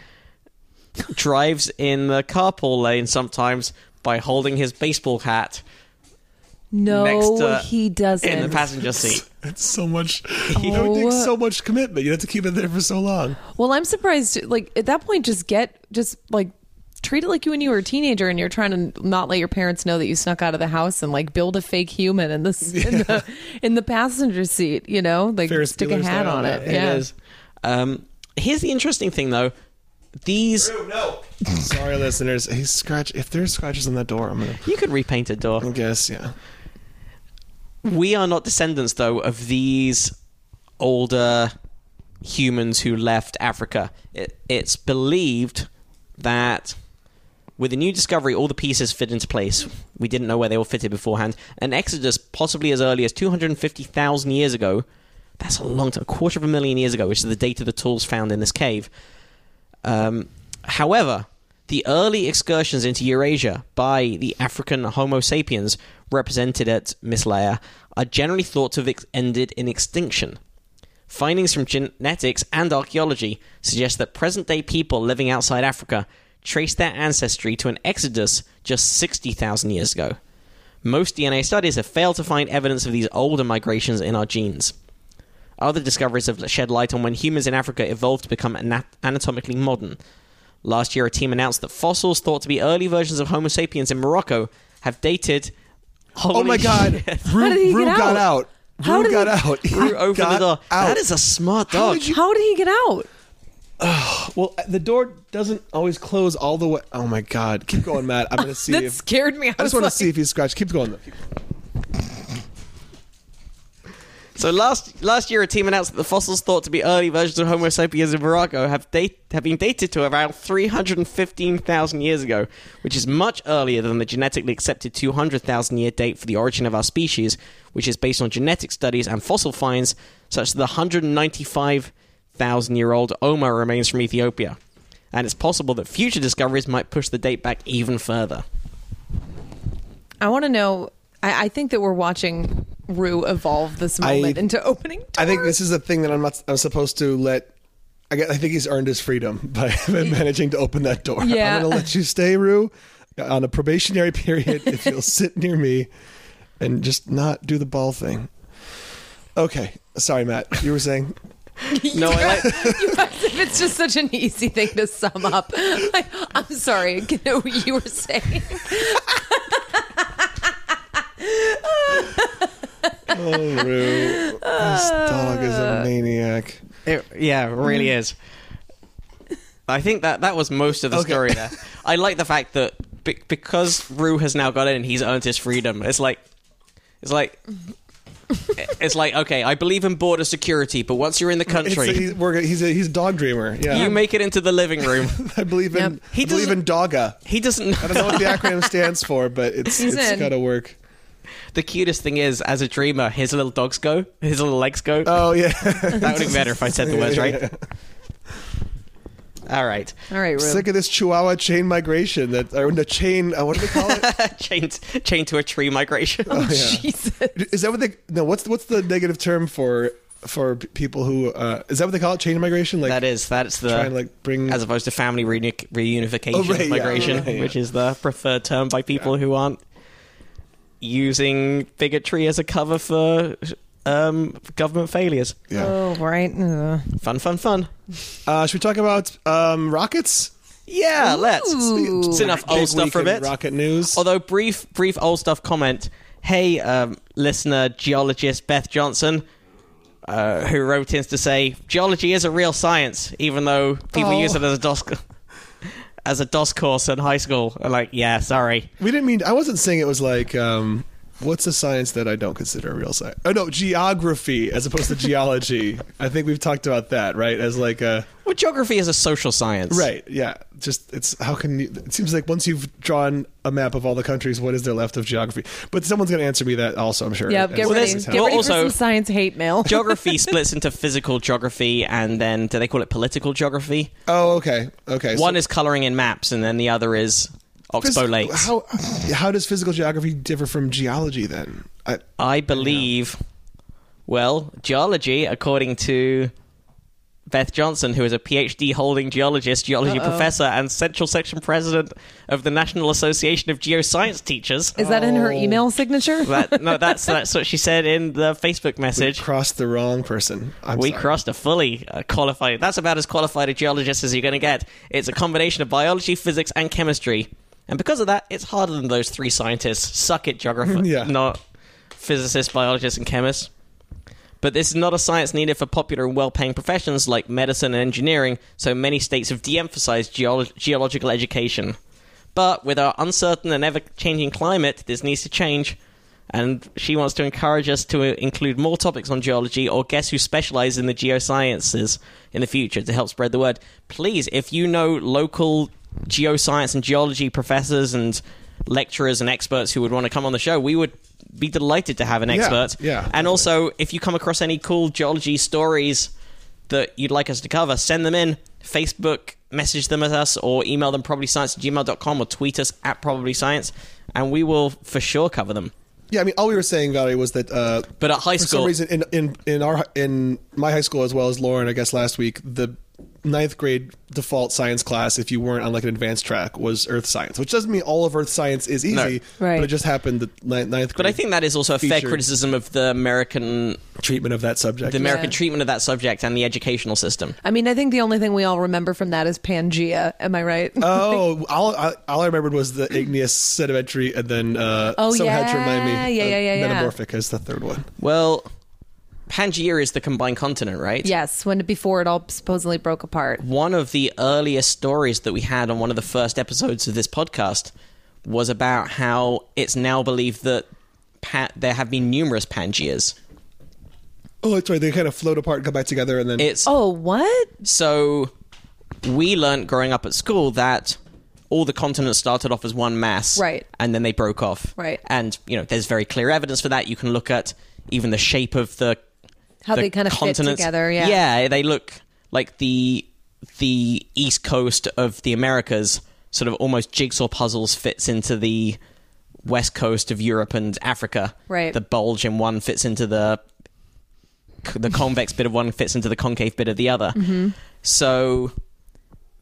Speaker 2: drives in the carpool lane sometimes by holding his baseball hat
Speaker 4: no,
Speaker 2: next, uh,
Speaker 4: he doesn't.
Speaker 2: in the passenger seat
Speaker 3: That's so much. That would take so much commitment. You have to keep it there for so long.
Speaker 4: Well, I'm surprised. Like at that point, just get just like treat it like you when you were a teenager and you're trying to not let your parents know that you snuck out of the house and like build a fake human in this in, the, in the passenger seat. You know, like
Speaker 3: Ferris
Speaker 4: stick
Speaker 3: Bueller's
Speaker 4: a hat
Speaker 3: Day
Speaker 4: on
Speaker 3: Off.
Speaker 4: it.
Speaker 3: It
Speaker 4: yeah.
Speaker 2: is. Um, here's the interesting thing though these
Speaker 3: No. Sorry, listeners. He's scratch. If there's scratches on that door, I'm gonna
Speaker 2: You could repaint a door.
Speaker 3: guess. Yeah.
Speaker 2: we are not descendants though of these older humans who left Africa. It, it's believed that with the new discovery, all the pieces fit into place. We didn't know where they all fitted beforehand. An exodus, possibly as early as 250,000 years ago. That's a long time, a quarter of a million years ago, which is the date of the tools found in this cave. Um, however, the early excursions into Eurasia by the African Homo sapiens, represented at Mislaya, are generally thought to have ex- ended in extinction. Findings from genetics and archaeology suggest that present day people living outside Africa trace their ancestry to an exodus just 60,000 years ago. Most DNA studies have failed to find evidence of these older migrations in our genes. Other discoveries have shed light on when humans in Africa evolved to become ana- anatomically modern. Last year, a team announced that fossils thought to be early versions of Homo sapiens in Morocco have dated.
Speaker 3: Oh my
Speaker 2: Holy
Speaker 3: God!
Speaker 2: shit.
Speaker 3: Rue,
Speaker 4: did he
Speaker 3: Rue
Speaker 4: get
Speaker 3: got
Speaker 4: out?
Speaker 3: out.
Speaker 4: How
Speaker 3: Rue
Speaker 4: did
Speaker 3: got
Speaker 4: he-
Speaker 3: out. He
Speaker 2: Rue opened the
Speaker 3: got
Speaker 2: door.
Speaker 3: out.
Speaker 2: That is a smart
Speaker 3: How
Speaker 2: dog.
Speaker 3: did you-
Speaker 4: How did he get out?
Speaker 3: Well, the door doesn't always close all the way. Oh my God! Keep going, Matt. I'm gonna see.
Speaker 4: That
Speaker 3: if,
Speaker 4: scared me. I,
Speaker 3: I
Speaker 4: was
Speaker 3: just want
Speaker 4: like,
Speaker 3: to see if he's scratched. Keep going. Though.
Speaker 2: So last last year, a team announced that the fossils thought to be early versions of Homo sapiens in Morocco have date have been dated to around 315,000 years ago, which is much earlier than the genetically accepted 200,000 year date for the origin of our species, which is based on genetic studies and fossil finds such as the 195,000 year old Oma remains from Ethiopia. And it's possible that future discoveries might push the date back even further.
Speaker 4: I want to know. I, I think that we're watching Rue evolve this
Speaker 3: I-
Speaker 4: moment into opening. Doors.
Speaker 3: I think this is the thing that I'm not. I'm supposed to let. I, guess, I think he's earned his freedom by managing to open that door.
Speaker 4: Yeah.
Speaker 3: I'm going to let you stay, Rue, on a probationary period if you'll sit near me and just not do the ball thing. Okay, sorry, Matt. You were saying
Speaker 2: No, I like.
Speaker 4: You guys, if it's just such an easy thing to sum up. Like, I'm sorry, you know what you were saying.
Speaker 3: Oh, Rue. This dog is a
Speaker 4: Uh.
Speaker 3: maniac.
Speaker 2: It, yeah, it really
Speaker 3: Mm-hmm.
Speaker 2: is. I think that that was most of the
Speaker 3: Okay.
Speaker 2: story there. I like the fact that be- because Rue has now got it and he's earned his freedom. It's like, it's like, it's like okay, I believe in border security, but once you're in the
Speaker 3: It's a,
Speaker 2: country,
Speaker 3: he's, we're, gonna- he's, a, he's a dog dreamer. Yeah,
Speaker 2: you make it into the living room.
Speaker 3: I believe in.
Speaker 4: Yep.
Speaker 2: He
Speaker 3: I believe in Dogga.
Speaker 2: He doesn't.
Speaker 3: I don't know what the acronym stands for, but it's
Speaker 4: He's
Speaker 3: it's
Speaker 4: in.
Speaker 3: got to work.
Speaker 2: The cutest thing is, as a dreamer, his little dogs go, his little legs go.
Speaker 3: Oh yeah.
Speaker 2: that would be better if I said the words right. All right,
Speaker 4: All right, Rue.
Speaker 3: sick of this Chihuahua chain migration that or the chain. Uh, what do they call it? Oh,
Speaker 2: chained chained to a tree migration.
Speaker 3: yeah.
Speaker 4: Jesus.
Speaker 3: is that what they? No. What's what's the negative term for for p- people who? Uh, is that what they call it? Chain migration? Like
Speaker 2: That is, that's the
Speaker 3: trying to like bring.
Speaker 2: as opposed to family reuni- reunification
Speaker 3: Oh, right, yeah,
Speaker 2: migration,
Speaker 3: right, yeah.
Speaker 2: which is the preferred term by people who aren't using bigotry as a cover for um, government failures.
Speaker 3: yeah.
Speaker 4: Oh, right. Ugh.
Speaker 2: Fun, fun, fun.
Speaker 3: Uh, should we talk about um, rockets?
Speaker 2: Yeah, let's.
Speaker 4: Ooh.
Speaker 2: It's enough old
Speaker 3: Big
Speaker 2: stuff
Speaker 3: week
Speaker 2: for a
Speaker 3: in
Speaker 2: bit.
Speaker 3: Rocket news.
Speaker 2: Although brief, brief old stuff comment. Hey, um, listener, geologist Beth Johnson, uh, who wrote in to say geology is a real science, even though people
Speaker 4: Oh.
Speaker 2: use it as a DOS as a DOS course in high school. I'm like, yeah, sorry.
Speaker 3: we didn't mean. I wasn't saying it was like. Um, What's a science that I don't consider a real science? Oh no, geography as opposed to geology. I think we've talked about that, right? As like a
Speaker 2: Well, geography is a social science.
Speaker 3: Right. Yeah. Just it's how can you? It seems like once you've drawn a map of all the countries, what is there left of geography? But someone's going to answer me that also. I'm sure.
Speaker 4: Yeah,
Speaker 3: As-
Speaker 4: get
Speaker 2: Well,
Speaker 4: ready.
Speaker 2: there's-
Speaker 4: Get
Speaker 2: well,
Speaker 4: ready
Speaker 2: also-
Speaker 4: for some science hate mail.
Speaker 2: Geography splits into physical geography and then, do they call it political geography?
Speaker 3: Oh, okay. Okay.
Speaker 2: One is colouring in maps and then the other is Oxbow
Speaker 3: phys-
Speaker 2: Lakes.
Speaker 3: How how does physical geography differ from geology then? I,
Speaker 2: I believe, well, geology, according to Beth Johnson, who is a PhD holding geologist, geology professor, and central section president of the National Association of Geoscience Teachers.
Speaker 4: Is that in her
Speaker 3: Oh.
Speaker 4: email signature?
Speaker 2: that, no, that's, that's what she said in the Facebook
Speaker 3: we
Speaker 2: message.
Speaker 3: crossed the wrong person. I'm
Speaker 2: we
Speaker 3: sorry.
Speaker 2: crossed a fully uh, qualified. That's about as qualified a geologist as you're going to get. It's a combination of biology, physics, and chemistry, and because of that, it's harder than those three scientists. Suck it, geographer.
Speaker 3: Yeah.
Speaker 2: Not physicists, biologists, and chemists. But this is not a science needed for popular and well paying professions like medicine and engineering, so many states have de emphasized geolo- geological education. But with our uncertain and ever changing climate, this needs to change. And she wants to encourage us to uh, include more topics on geology or guess who specializes in the geosciences in the future to help spread the word. Please, if you know local geoscience and geology professors and lecturers and experts who would want to come on the show, we would be delighted to have an expert.
Speaker 3: yeah,
Speaker 2: And also, if you come across any cool geology stories that you'd like us to cover, send them in. Facebook, message them at us, or email them probablyscience at gmail.com or tweet us at probablyscience, and we will for sure cover them.
Speaker 3: Yeah, I mean, all we were saying, Valerie, was that. Uh,
Speaker 2: But at high
Speaker 3: for
Speaker 2: school-
Speaker 3: some reason, in in in our in my high school as well as Lauren, I guess last week the ninth grade default science class, if you weren't on like an advanced track, was Earth science, which doesn't mean all of Earth science is easy,
Speaker 4: Right.
Speaker 3: but it just happened that ni- ninth grade.
Speaker 2: But I think that is also a fair
Speaker 3: Featured.
Speaker 2: criticism of the American
Speaker 3: treatment of that subject.
Speaker 2: the American
Speaker 4: Yeah.
Speaker 2: treatment of that subject and the educational system.
Speaker 4: I mean, I think the only thing we all remember from that is Pangea. Am I right?
Speaker 3: Oh, all I, all I remembered was the igneous sedimentary, and then uh,
Speaker 4: Oh,
Speaker 3: someone had to
Speaker 4: yeah,
Speaker 3: remind me.
Speaker 4: yeah,
Speaker 3: uh,
Speaker 4: yeah, yeah, yeah.
Speaker 3: Metamorphic is the third one.
Speaker 2: Well, Pangaea is the combined continent, right?
Speaker 4: yes, when before it all supposedly broke apart.
Speaker 2: one of the earliest stories that we had on one of the first episodes of this podcast was about how it's now believed that pa- there have been numerous Pangeas.
Speaker 3: Oh, that's right. They kind of float apart and come back together, and then
Speaker 2: It's
Speaker 4: Oh, what?
Speaker 2: so we learnt growing up at school that all the continents started off as one mass,
Speaker 4: Right.
Speaker 2: And then they broke off,
Speaker 4: Right.
Speaker 2: And you know, there's very clear evidence for that. You can look at even the shape of the
Speaker 4: How
Speaker 2: the
Speaker 4: they kind of fit
Speaker 2: continents.
Speaker 4: together, yeah.
Speaker 2: yeah, they look like the the east coast of the Americas, sort of almost jigsaw puzzles, fits into the west coast of Europe and Africa.
Speaker 4: Right.
Speaker 2: the bulge in one fits into the the convex bit of one fits into the concave bit of the other.
Speaker 4: Mm-hmm.
Speaker 2: So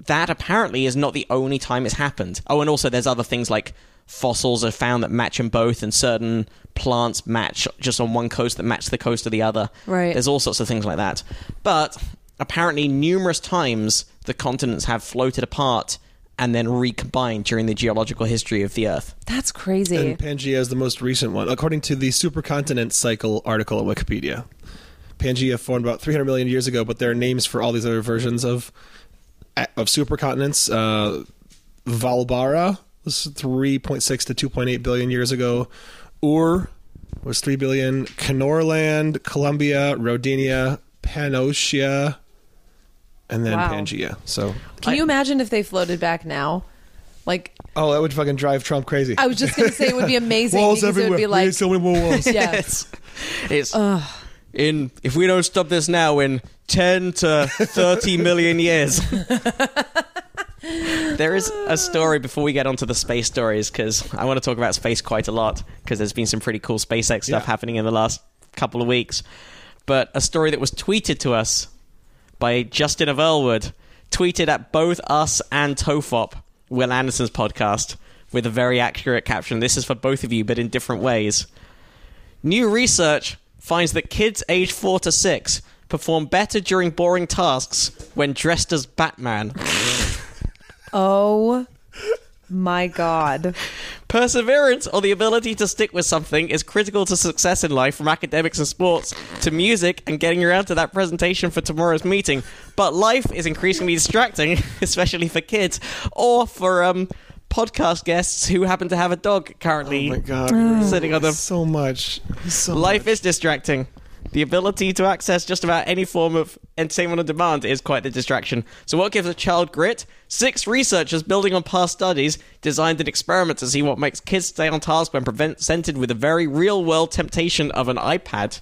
Speaker 2: that apparently is not the only time it's happened. Oh, and also there's other things like fossils are found that match them both, and certain plants match just on one coast that match the coast of the other.
Speaker 4: Right.
Speaker 2: There's all sorts of things like that. But apparently, numerous times the continents have floated apart and then recombined during the geological history of the Earth.
Speaker 4: That's crazy.
Speaker 3: and Pangea is the most recent one, according to the Supercontinent Cycle article on Wikipedia. Pangea formed about 300 million years ago, but there are names for all these other versions of of supercontinents. Uh, Valbara was 3.6 to 2.8 billion years ago. Ur was 3 billion. Canorland, Colombia, Rodinia, Panotia, and then
Speaker 4: Wow.
Speaker 3: Pangea. So,
Speaker 4: Can you imagine if they floated back now? Like,
Speaker 3: oh, that would fucking drive Trump crazy.
Speaker 4: I was just going to say it would be amazing
Speaker 3: walls
Speaker 4: because
Speaker 3: everywhere.
Speaker 4: it would be
Speaker 3: we
Speaker 4: like,
Speaker 3: need so many more walls.
Speaker 4: yeah,
Speaker 2: It's in if we don't stop this now in 10 to 30 million years. there is a story before we get onto the space stories cuz I want to talk about space quite a lot cuz there's been some pretty cool SpaceX stuff
Speaker 3: Yeah.
Speaker 2: happening in the last couple of weeks. But a story that was tweeted to us by Justin of Earlwood, tweeted at both us and Tofop, Will Anderson's podcast, with a very accurate caption. This is for both of you, but in different ways. New research finds that kids aged 4 to 6 perform better during boring tasks when dressed as Batman.
Speaker 4: oh my God.
Speaker 2: Perseverance or the ability to stick with something is critical to success in life, from academics and sports to music and getting around to that presentation for tomorrow's meeting. But life is increasingly distracting, especially for kids or for um, podcast guests who happen to have a dog currently
Speaker 3: Oh my God.
Speaker 2: sitting on the
Speaker 3: so much. So
Speaker 2: Life is distracting. The ability to access just about any form of entertainment on demand is quite the distraction. So, what gives a child grit? Six researchers, building on past studies, designed an experiment to see what makes kids stay on task when presented with the very real world temptation of an iPad.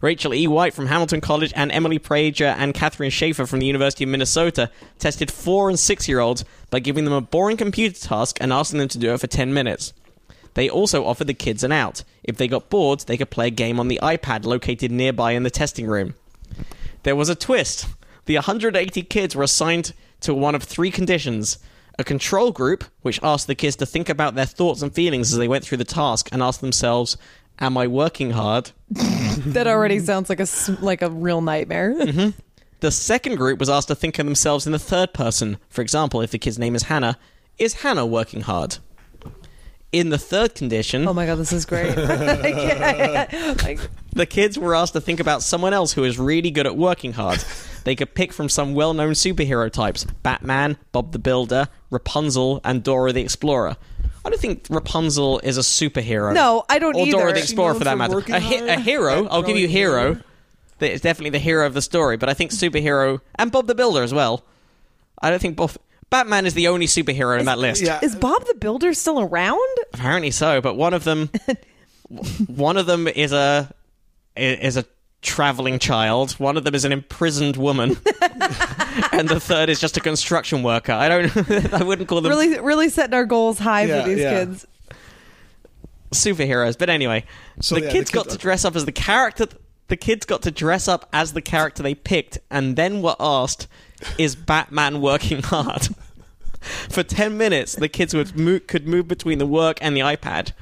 Speaker 2: Rachel E. White from Hamilton College and Emily Prager and Catherine Schaefer from the University of Minnesota tested four and six year olds by giving them a boring computer task and asking them to do it for 10 minutes. They also offered the kids an out. If they got bored, they could play a game on the iPad located nearby in the testing room. There was a twist. The 180 kids were assigned to one of three conditions a control group, which asked the kids to think about their thoughts and feelings as they went through the task and asked themselves, Am I working hard?
Speaker 4: That already sounds like a, s- like a real nightmare.
Speaker 3: Mm-hmm.
Speaker 2: The second group was asked to think of themselves in the third person. For example, if the kid's name is Hannah, is Hannah working hard? In the third condition,
Speaker 4: Oh my God, this is great. Like,
Speaker 2: The kids were asked to think about someone else who is really good at working hard. They could pick from some well known superhero types Batman, Bob the Builder, Rapunzel, and Dora the Explorer. I don't think Rapunzel is a superhero.
Speaker 4: No, I don't
Speaker 2: or Dora
Speaker 4: either.
Speaker 2: the
Speaker 4: She
Speaker 2: Explorer
Speaker 3: known
Speaker 2: for that
Speaker 3: for
Speaker 2: matter.
Speaker 3: working
Speaker 2: A, hi- a
Speaker 3: hard.
Speaker 2: hero,
Speaker 3: And
Speaker 2: I'll give you
Speaker 3: probably-
Speaker 2: hero. That is definitely the hero of the story, but I think superhero and Bob the Builder as well. I don't think both. Batman is the only superhero in that list.
Speaker 3: yeah.
Speaker 4: Is Bob the Builder still around?
Speaker 2: Apparently so, but one of them, w- one of them is a is a traveling child. One of them is an imprisoned woman, and the third is just a construction worker. I don't, I wouldn't call them
Speaker 4: Really, really setting our goals high
Speaker 3: Yeah,
Speaker 4: for these
Speaker 3: yeah.
Speaker 4: kids.
Speaker 2: superheroes. But anyway,
Speaker 3: So,
Speaker 2: the
Speaker 3: yeah, the
Speaker 2: kids got
Speaker 3: kids-
Speaker 2: to dress up as the character. The kids got to dress up as the character they picked, and then were asked, "Is Batman working hard?" For ten minutes, the kids would mo- could move between the work and the iPad.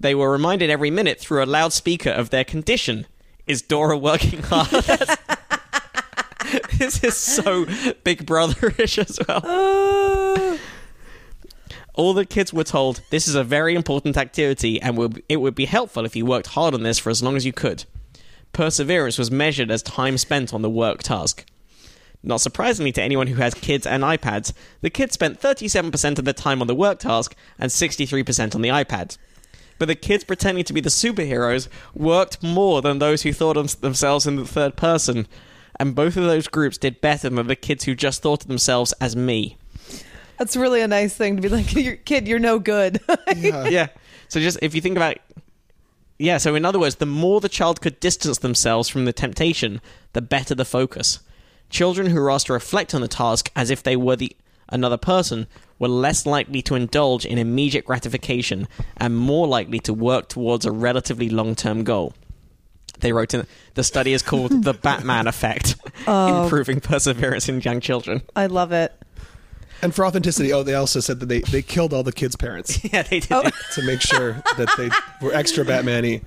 Speaker 2: They were reminded every minute through a loudspeaker of their condition. Is Dora working hard? this is so Big Brotherish as well. All the kids were told this is a very important activity and would, it would be helpful if you worked hard on this for as long as you could. Perseverance was measured as time spent on the work task. Not surprisingly to anyone who has kids and iPads, the kids spent 37% of their time on the work task and 63% on the iPad. But the kids pretending to be the superheroes worked more than those who thought of themselves in the third person, and both of those groups did better than the kids who just thought of themselves as me.
Speaker 4: That's really a nice thing to be like, "Your kid, you're no good.
Speaker 2: yeah. So just if you think about yeah, so in other words, the more the child could distance themselves from the temptation, the better the focus. Children who are asked to reflect on the task as if they were the another person were less likely to indulge in immediate gratification and more likely to work towards a relatively long-term goal. They wrote in the study is called the Batman effect, improving perseverance in young children.
Speaker 4: I love it.
Speaker 3: And for authenticity, oh, they also said that they, they killed all the kids' parents
Speaker 2: Yeah, they did. do
Speaker 3: to make sure that they were extra Batman-y.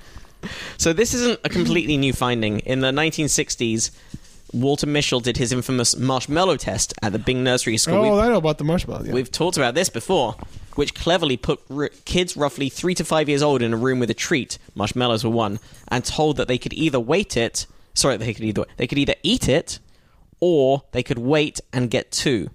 Speaker 2: So this isn't a completely new finding. In the 1960s, Walter Mischel did his infamous marshmallow test at the Bing Nursery School.
Speaker 3: Oh,
Speaker 2: we've,
Speaker 3: I know about the marshmallow. Yeah.
Speaker 2: we've talked about this before, which cleverly put r- kids roughly three to five years old in a room with a treat, marshmallows were one, and told that they could either wait it. Sorry, they could either they could either eat it, or they could wait and get two.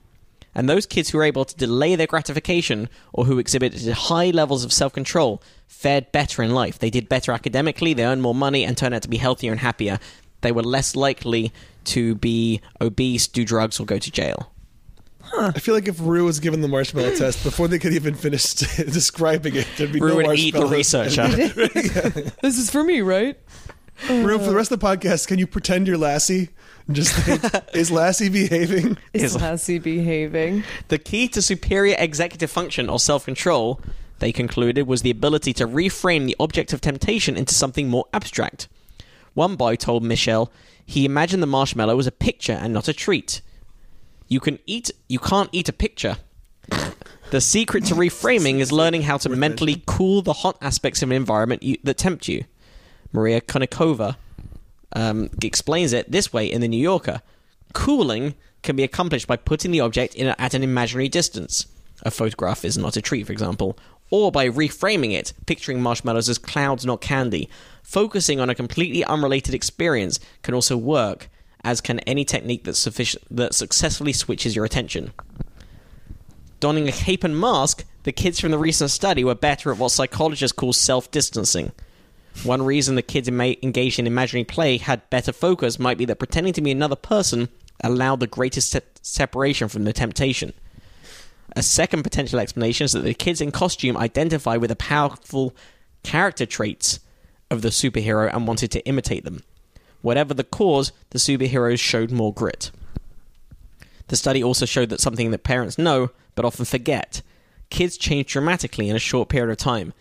Speaker 2: And those kids who were able to delay their gratification or who exhibited high levels of self control fared better in life. They did better academically, they earned more money, and turned out to be healthier and happier. They were less likely to be obese, do drugs, or go to jail.
Speaker 3: I feel like if Rue was given the marshmallow test before they could even finish describing it, there'd be
Speaker 2: Rue
Speaker 3: no
Speaker 2: would eat the
Speaker 3: marshmallows.
Speaker 2: researcher.
Speaker 4: This is for me, right?
Speaker 3: Rue, for the rest of the podcast, can you pretend you're Lassie? And just think, is Lassie behaving?
Speaker 4: Is
Speaker 2: Is-
Speaker 4: Lassie behaving?
Speaker 2: the key to superior executive function or self control, they concluded, was the ability to reframe the object of temptation into something more abstract. One boy told Michelle he imagined the marshmallow was a picture and not a treat. You can eat you can't eat a picture. The secret to reframing is learning how to mentally cool the hot aspects of an environment you, that tempt you. Maria Konnikova um, explains it this way in The New Yorker. Cooling can be accomplished by putting the object in a, at an imaginary distance. A photograph is not a treat, for example, or by reframing it, picturing marshmallows as clouds, not candy. Focusing on a completely unrelated experience can also work, as can any technique that, sufficient, that successfully switches your attention. Donning a cape and mask, the kids from the recent study were better at what psychologists call self distancing. One reason the kids ema- engaged in imaginary play had better focus might be that pretending to be another person allowed the greatest se- separation from the temptation. A second potential explanation is that the kids in costume identify with the powerful character traits of the superhero and wanted to imitate them. Whatever the cause, the superheroes showed more grit. The study also showed that something that parents know but often forget kids change dramatically in a short period of time.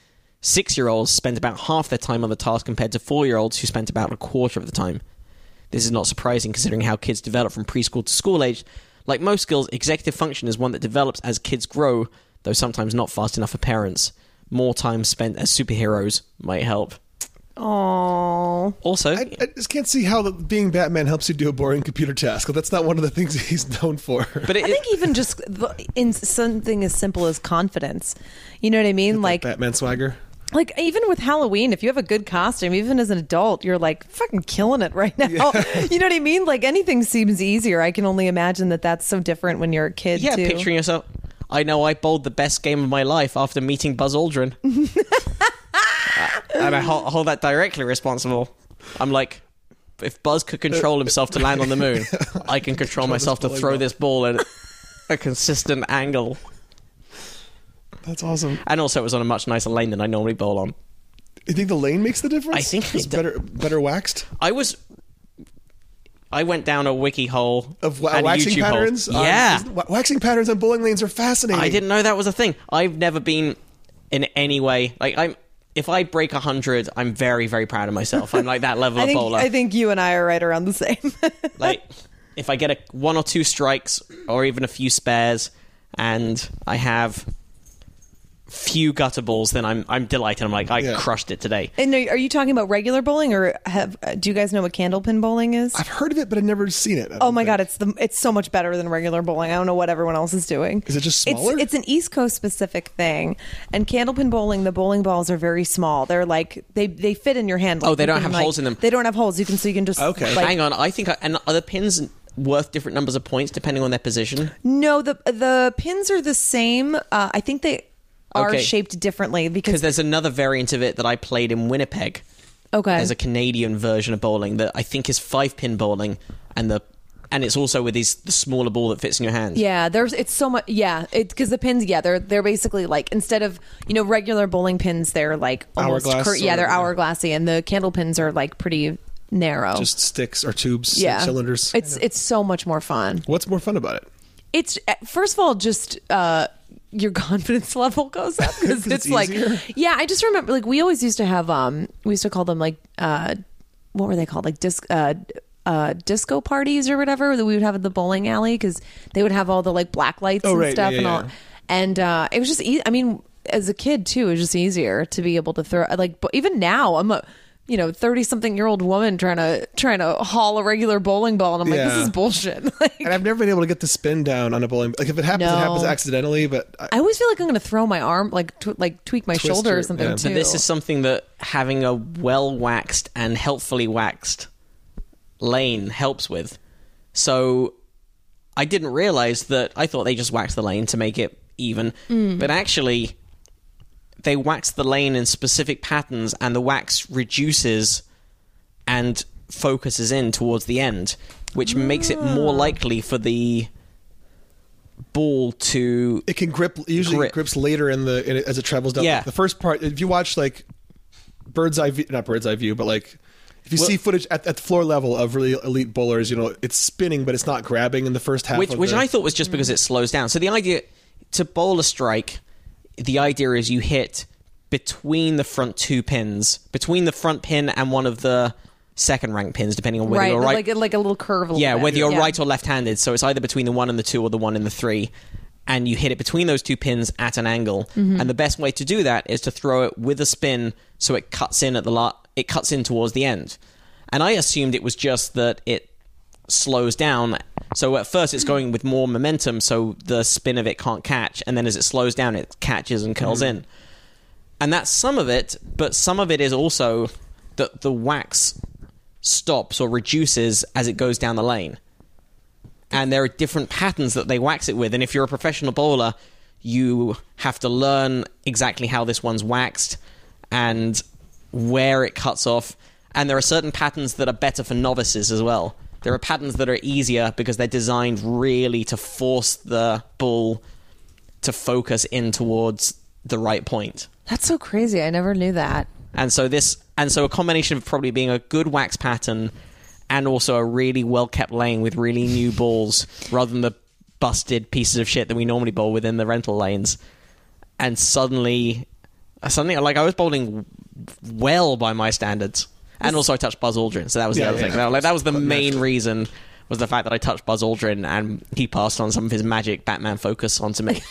Speaker 2: Six year olds spend about half their time on the task compared to four year olds who spent about a quarter of the time. This is not surprising considering how kids develop from preschool to school age. Like most skills, executive function is one that develops as kids grow, though sometimes not fast enough for parents. More time spent as superheroes might help.
Speaker 4: Oh,
Speaker 2: Also,
Speaker 3: I, I just can't see how the, being Batman helps you do a boring computer task. That's not one of the things he's known for.
Speaker 2: but it,
Speaker 4: I think even just the- in something as simple as confidence, you know what I mean? Like
Speaker 3: Batman swagger.
Speaker 4: like even with Halloween, if you have a good costume, even as an adult, you're like fucking killing it right now. You know what I mean? Like anything seems easier. I can only imagine that that's so different when you're a kid.
Speaker 2: Yeah,
Speaker 4: too.
Speaker 2: picturing yourself. I know I bowled the best game of my life after meeting Buzz Aldrin. Uh, and I hold, hold that directly responsible. I'm like, if Buzz could control himself to land on the moon, I can control myself to
Speaker 3: bowling
Speaker 2: throw
Speaker 3: Uh, ball.
Speaker 2: this ball at a consistent angle.
Speaker 3: That's awesome.
Speaker 2: And also, it was on a much nicer lane than I normally bowl on.
Speaker 3: You think the lane makes the difference?
Speaker 2: I think
Speaker 3: it's
Speaker 2: it
Speaker 3: better better waxed.
Speaker 2: I was. I went down a wiki hole
Speaker 3: Of uh, wa-
Speaker 2: and a
Speaker 3: waxing
Speaker 2: YouTube hole.
Speaker 3: patterns? on-
Speaker 2: Yeah,
Speaker 3: wa- waxing patterns on bowling lanes are fascinating.
Speaker 4: Mm.
Speaker 2: I didn't know that was a thing. I've never been in any way like I'm. If I break hundred, I'm very very proud of myself. I'm like that level
Speaker 4: I
Speaker 2: of
Speaker 4: think
Speaker 2: bowler.
Speaker 4: I think you and I are right around the same.
Speaker 2: like if I get a one or two strikes or even a few spares, and I have few gutter balls, then I'm I'm delighted. I'm like I
Speaker 3: Yeah.
Speaker 2: crushed it today.
Speaker 4: and are are you talking about regular bowling, or have uh, do you guys know what candlepin bowling is?
Speaker 3: I've heard of it, but I've never seen it. I
Speaker 4: Oh
Speaker 3: don't
Speaker 4: my
Speaker 3: think.
Speaker 4: god, it's the it's so much better than regular bowling. I don't know what everyone else is doing.
Speaker 3: Is it just
Speaker 4: It's-
Speaker 3: smaller?
Speaker 4: It's, an East Coast specific thing. And candlepin bowling, the bowling balls are very small. They're like they they fit in your hand. Like,
Speaker 2: Oh, they
Speaker 4: you
Speaker 2: don't
Speaker 4: can,
Speaker 2: have
Speaker 4: like-
Speaker 2: holes in them.
Speaker 4: They don't have holes. You can so you can just
Speaker 3: Okay.
Speaker 4: Like,
Speaker 2: Hang on, I think I, and other pins worth different numbers of points depending on their position.
Speaker 4: no, the the pins are the same. Uh, I think they are
Speaker 2: Okay.
Speaker 4: shaped differently
Speaker 2: Because
Speaker 4: because
Speaker 2: there's another variant of it that I played in Winnipeg.
Speaker 4: okay,
Speaker 2: There's a Canadian version of bowling that I think is five pin bowling, and the and it's also with these the smaller ball that fits in your hand.
Speaker 4: Yeah, there's it's so much. Yeah, it because the pins. Yeah, they're they're basically like instead of you know regular bowling pins, they're like almost
Speaker 3: Hourglass
Speaker 4: cur- yeah,
Speaker 3: or-
Speaker 4: they're
Speaker 3: yeah.
Speaker 4: hourglassy, and the candle pins are like pretty narrow.
Speaker 3: just sticks or tubes,
Speaker 4: yeah,
Speaker 3: cylinders.
Speaker 4: It's it's so much more fun.
Speaker 3: What's more fun about it?
Speaker 4: It's uh, first of all just. uh your confidence level goes up 'cause
Speaker 3: 'Cause
Speaker 4: it's,
Speaker 3: it's
Speaker 4: like
Speaker 3: easier?
Speaker 4: yeah i just remember like we always used to have um we used to call them like uh what were they called like disc uh uh, disco parties or whatever that we would have at the bowling alley because they would have all the like black lights and
Speaker 3: Oh, right.
Speaker 4: stuff
Speaker 3: Yeah,
Speaker 4: and
Speaker 3: yeah,
Speaker 4: all
Speaker 3: yeah.
Speaker 4: and uh, it was just e- i mean as a kid too it was just easier to be able to throw like but even now i'm a you know 30 something year old woman trying to trying to haul a regular bowling ball and i'm like
Speaker 3: Yeah.
Speaker 4: this is bullshit like
Speaker 3: And I've never been able to get the spin down on a bowling. Like if it happens, it
Speaker 4: No.
Speaker 3: happens accidentally. But I,
Speaker 4: I always feel like I'm going to throw my arm, like tw- like tweak my
Speaker 3: Twist
Speaker 4: shoulder
Speaker 3: your-
Speaker 4: or something
Speaker 3: yeah.
Speaker 4: too.
Speaker 3: So
Speaker 2: But this is something that having a well waxed and helpfully waxed lane helps with. So I didn't realize that I thought they just waxed the lane to make it even. But actually, they wax the lane in specific patterns and the wax reduces and focuses in towards the end, which makes it more likely for the ball to
Speaker 3: it can grip. Usually,
Speaker 2: Grip.
Speaker 3: it grips later in the in, it- as it travels down.
Speaker 2: Yeah.
Speaker 3: Like, the first part. If you watch like bird's eye view, not bird's eye view, but like if you
Speaker 2: Well-
Speaker 3: see footage at, at the floor level of really elite bowlers, you know it's spinning, but it's not grabbing in the first half.
Speaker 2: which
Speaker 3: of
Speaker 2: which
Speaker 3: the, Hmm.
Speaker 2: I thought was just because it slows down. So the idea to bowl a strike, the idea is you hit between the front two pins, between the front pin and one of the second rank pins, depending on whether
Speaker 4: right,
Speaker 2: you're right.
Speaker 4: like like a little curve. A little
Speaker 2: yeah,
Speaker 4: bit.
Speaker 2: whether you're right or left-handed. So it's either between the one and the two or the one and the three. And you hit it between those two pins at an angle, and the best way to do that is to throw it with a spin, so it cuts in at the la- it cuts in towards the end. And I assumed it was just that it slows down. So at first it's going with more momentum, so the spin of it can't catch, and then as it slows down, it catches and curls in. And that's some of it, but some of it is also that the wax stops or reduces as it goes down the lane. And there are different patterns that they wax it with. And if you're a professional bowler, you have to learn exactly how this one's waxed and where it cuts off. And there are certain patterns that are better for novices as well. There are patterns that are easier because they're designed really to force the ball to focus in towards the right point.
Speaker 4: That's so crazy. I never knew that.
Speaker 2: And so this and so a combination of probably being a good wax pattern and also a really well kept lane with really new balls rather than the busted pieces of shit that we normally bowl within the rental lanes. And suddenly suddenly like I was bowling well by my standards. And also I touched Buzz Aldrin, so that was the
Speaker 3: Yeah,
Speaker 2: other
Speaker 3: yeah,
Speaker 2: thing.
Speaker 3: yeah.
Speaker 2: Like, that was the main reason was the fact that I touched Buzz Aldrin and he passed on some of his magic Batman focus onto me.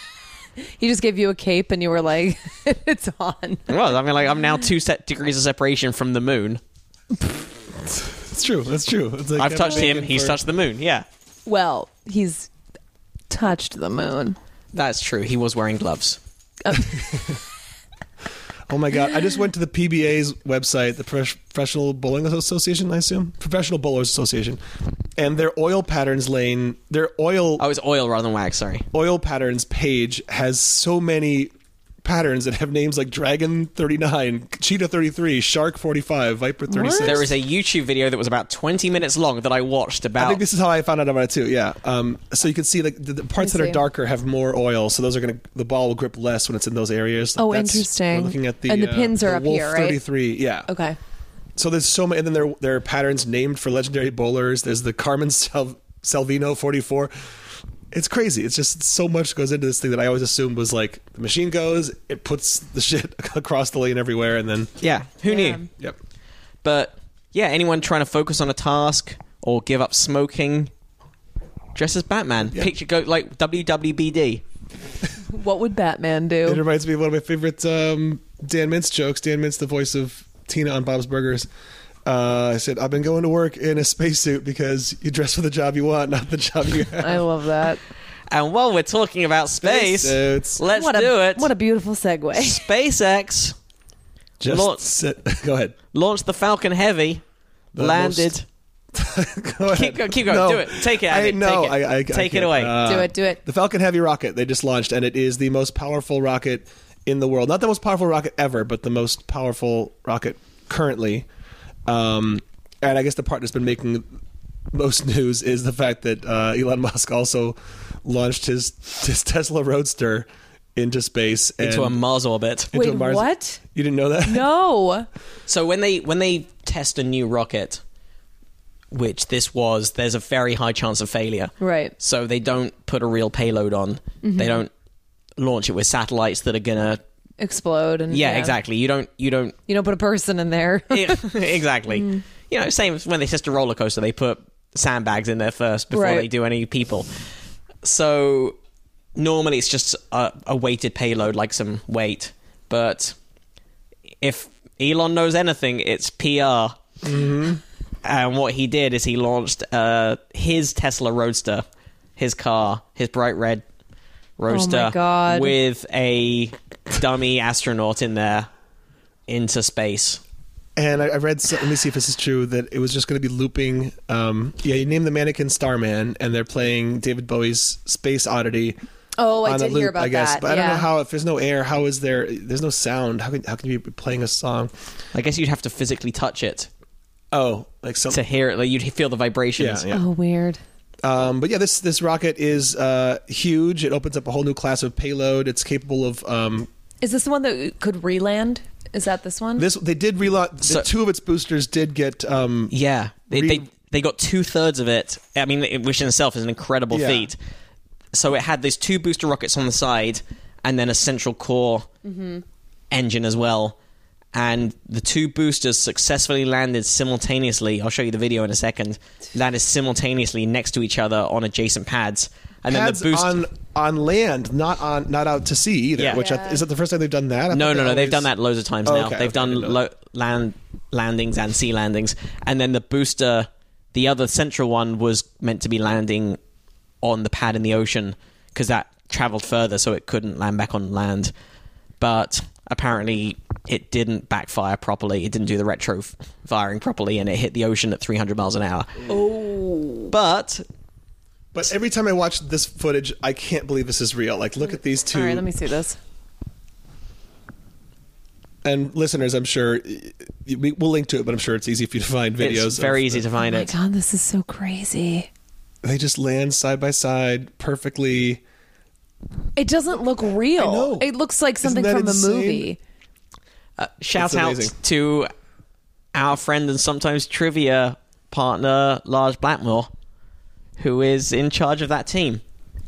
Speaker 4: He just gave you a cape, and you were like, "It's on."
Speaker 2: well, I mean like I'm now two set degrees of separation from the moon.
Speaker 3: it's true. That's true. It's like
Speaker 2: I've
Speaker 3: I'm
Speaker 2: touched him,
Speaker 3: bacon
Speaker 2: he's
Speaker 3: for-
Speaker 2: touched the moon, yeah.
Speaker 4: Well, he's touched the moon. Oh,
Speaker 2: That's true. He was wearing gloves.
Speaker 3: Oh my god! I just went to the PBA's website, the Prof- Professional Bowling Association, I assume, Professional Bowlers Association, and their oil patterns lane, their oil
Speaker 2: Oh, it's oil rather than wax. Sorry.
Speaker 3: oil patterns page has so many patterns that have names like Dragon Thirty Nine, Cheetah Thirty Three, Shark Forty Five, Viper Thirty Six.
Speaker 2: There is a YouTube video that was about 20 minutes long that I watched
Speaker 3: I
Speaker 2: about
Speaker 3: think this is how I found out about it too. Yeah. Um, so you can see like the, the parts
Speaker 4: I
Speaker 3: that are
Speaker 4: see.
Speaker 3: darker have more oil, so those are gonna the ball will grip less when it's in those areas.
Speaker 4: Oh,
Speaker 3: That's-
Speaker 4: interesting.
Speaker 3: We're looking at the
Speaker 4: And the
Speaker 3: uh,
Speaker 4: pins are up
Speaker 3: Wolf
Speaker 4: here, right?
Speaker 3: Thirty three. Yeah.
Speaker 4: Okay.
Speaker 3: So there's so many, and then there there are patterns named for legendary bowlers. There's the Carmen Sal- Salvino 44. It's crazy. It's just so much goes into this thing that I always assumed was like the machine goes, it puts the shit across the lane everywhere, and then
Speaker 2: Yeah, who
Speaker 4: Yeah.
Speaker 2: knew?
Speaker 3: yep.
Speaker 2: But yeah, anyone trying to focus on a task or give up smoking, dress as Batman. Picture go like WWBD.
Speaker 4: What would Batman
Speaker 3: It
Speaker 4: do?
Speaker 3: reminds me of one of my favorite um, Dan Mintz jokes. Dan Mintz, the voice of Tina on Bob's Burgers. Uh, I said, I've been going to work in a spacesuit because you dress for the job you want, not the job you have.
Speaker 4: I love that.
Speaker 2: And while we're talking about space,
Speaker 3: Spacesuits.
Speaker 2: let's
Speaker 4: what a,
Speaker 2: do it.
Speaker 4: What a beautiful segue.
Speaker 2: SpaceX
Speaker 3: Just
Speaker 2: Lord.
Speaker 3: sit. Go ahead.
Speaker 2: launched the Falcon Heavy,
Speaker 3: The
Speaker 2: landed.
Speaker 3: most- Go ahead.
Speaker 2: Keep go- keep going. Do it. Take it,
Speaker 3: I
Speaker 2: Andy.
Speaker 3: know.
Speaker 2: Take it.
Speaker 3: I, I, I
Speaker 2: Take it
Speaker 3: can't. Uh,
Speaker 2: away.
Speaker 4: Do it, do it.
Speaker 3: The Falcon Heavy rocket they just launched, and it is the most powerful rocket in the world. Not the most powerful rocket ever, but the most powerful rocket currently. Um, and I guess the part that's been making most news is the fact that uh, Elon Musk also launched his his Tesla Roadster into space and
Speaker 2: into a Mars orbit.
Speaker 3: into
Speaker 4: Wait, what?
Speaker 3: You didn't know that?
Speaker 4: No.
Speaker 2: So when they when they test a new rocket, which this was, there's a very high chance of failure.
Speaker 4: Right.
Speaker 2: So they don't put a real payload on. They don't launch it with satellites that are gonna.
Speaker 4: Explode and
Speaker 2: Yeah, exactly. You don't. You don't.
Speaker 4: You don't put a person in there.
Speaker 2: Yeah, exactly.
Speaker 4: Mm.
Speaker 2: You know, same as when they test a roller coaster, they put sandbags in there first before
Speaker 4: Right.
Speaker 2: they do any people. So normally it's just a, a weighted payload, like some weight. But if Elon knows anything, it's PR.
Speaker 4: Mm-hmm.
Speaker 2: And what he did is he launched uh, his Tesla Roadster, his car, his bright red Roadster,
Speaker 4: Oh God.
Speaker 2: with a dummy astronaut in there into space.
Speaker 3: And I, I read. So, let me see if this is true. That it was just going to be looping. Um, yeah, you name the mannequin Starman, and they're playing David Bowie's Space Oddity.
Speaker 4: Oh, I
Speaker 3: on a
Speaker 4: did hear
Speaker 3: loop,
Speaker 4: about
Speaker 3: I guess,
Speaker 4: that.
Speaker 3: but I don't
Speaker 4: yeah.
Speaker 3: know how. If there's no air, how is there? There's no sound. How can how can you be playing a song?
Speaker 2: I guess you'd have to physically touch it
Speaker 3: Oh, like some.
Speaker 2: to hear it. Like you'd feel the
Speaker 3: Yeah,
Speaker 2: vibrations.
Speaker 3: yeah.
Speaker 4: Oh, weird.
Speaker 3: Um, but yeah, this this rocket is uh, huge. It opens up a whole new class of payload. It's capable of um,
Speaker 4: Is this the one that could reland? Is that this one?
Speaker 3: this. They did relaunch. the
Speaker 2: So-
Speaker 3: two of its boosters did get. Um,
Speaker 2: Yeah. They,
Speaker 3: Re-
Speaker 2: they they got two thirds of it. I mean, it- which in itself is an incredible
Speaker 3: Yeah.
Speaker 2: feat. So it had these two booster rockets on the side, and then a central core
Speaker 3: Mm-hmm.
Speaker 2: engine as well. And the two boosters successfully landed simultaneously. I'll show you the video in a second. Landed simultaneously next to each other on adjacent pads, and
Speaker 3: pads
Speaker 2: then the boost.
Speaker 3: on on land, not on not out to sea either.
Speaker 2: Yeah.
Speaker 3: Which I,
Speaker 4: Yeah.
Speaker 3: is that the first time they've done that? I
Speaker 2: No, no,
Speaker 3: thought they
Speaker 2: no. They've
Speaker 3: always-
Speaker 2: done that loads of times
Speaker 3: Oh,
Speaker 2: now.
Speaker 3: okay,
Speaker 2: they've
Speaker 3: okay,
Speaker 2: done
Speaker 3: I didn't
Speaker 2: lo- land landings and sea landings, and then the booster, the other central one, was meant to be landing on the pad in the ocean because that travelled further, so it couldn't land back on land. But apparently, it didn't backfire properly. It didn't do the retro f- firing properly, and it hit the ocean at 300 miles an hour. Oh, but
Speaker 3: But every time I watch this footage, I can't believe this is real. Like, look at these two.
Speaker 4: All right, let me see this.
Speaker 3: and listeners, I'm sure we, we'll link to it, but I'm sure it's easy for you to find videos.
Speaker 2: it's very
Speaker 3: of-
Speaker 2: easy to find
Speaker 4: Oh my
Speaker 2: it.
Speaker 4: god, this is so crazy.
Speaker 3: They just land side by side perfectly.
Speaker 4: It doesn't look real.
Speaker 3: I know.
Speaker 4: It looks like something
Speaker 3: that
Speaker 4: from
Speaker 3: insane?
Speaker 4: a movie.
Speaker 2: shout
Speaker 3: That's
Speaker 2: out
Speaker 3: amazing.
Speaker 2: to our friend and sometimes trivia partner Lars Blackmore, who is in charge of that team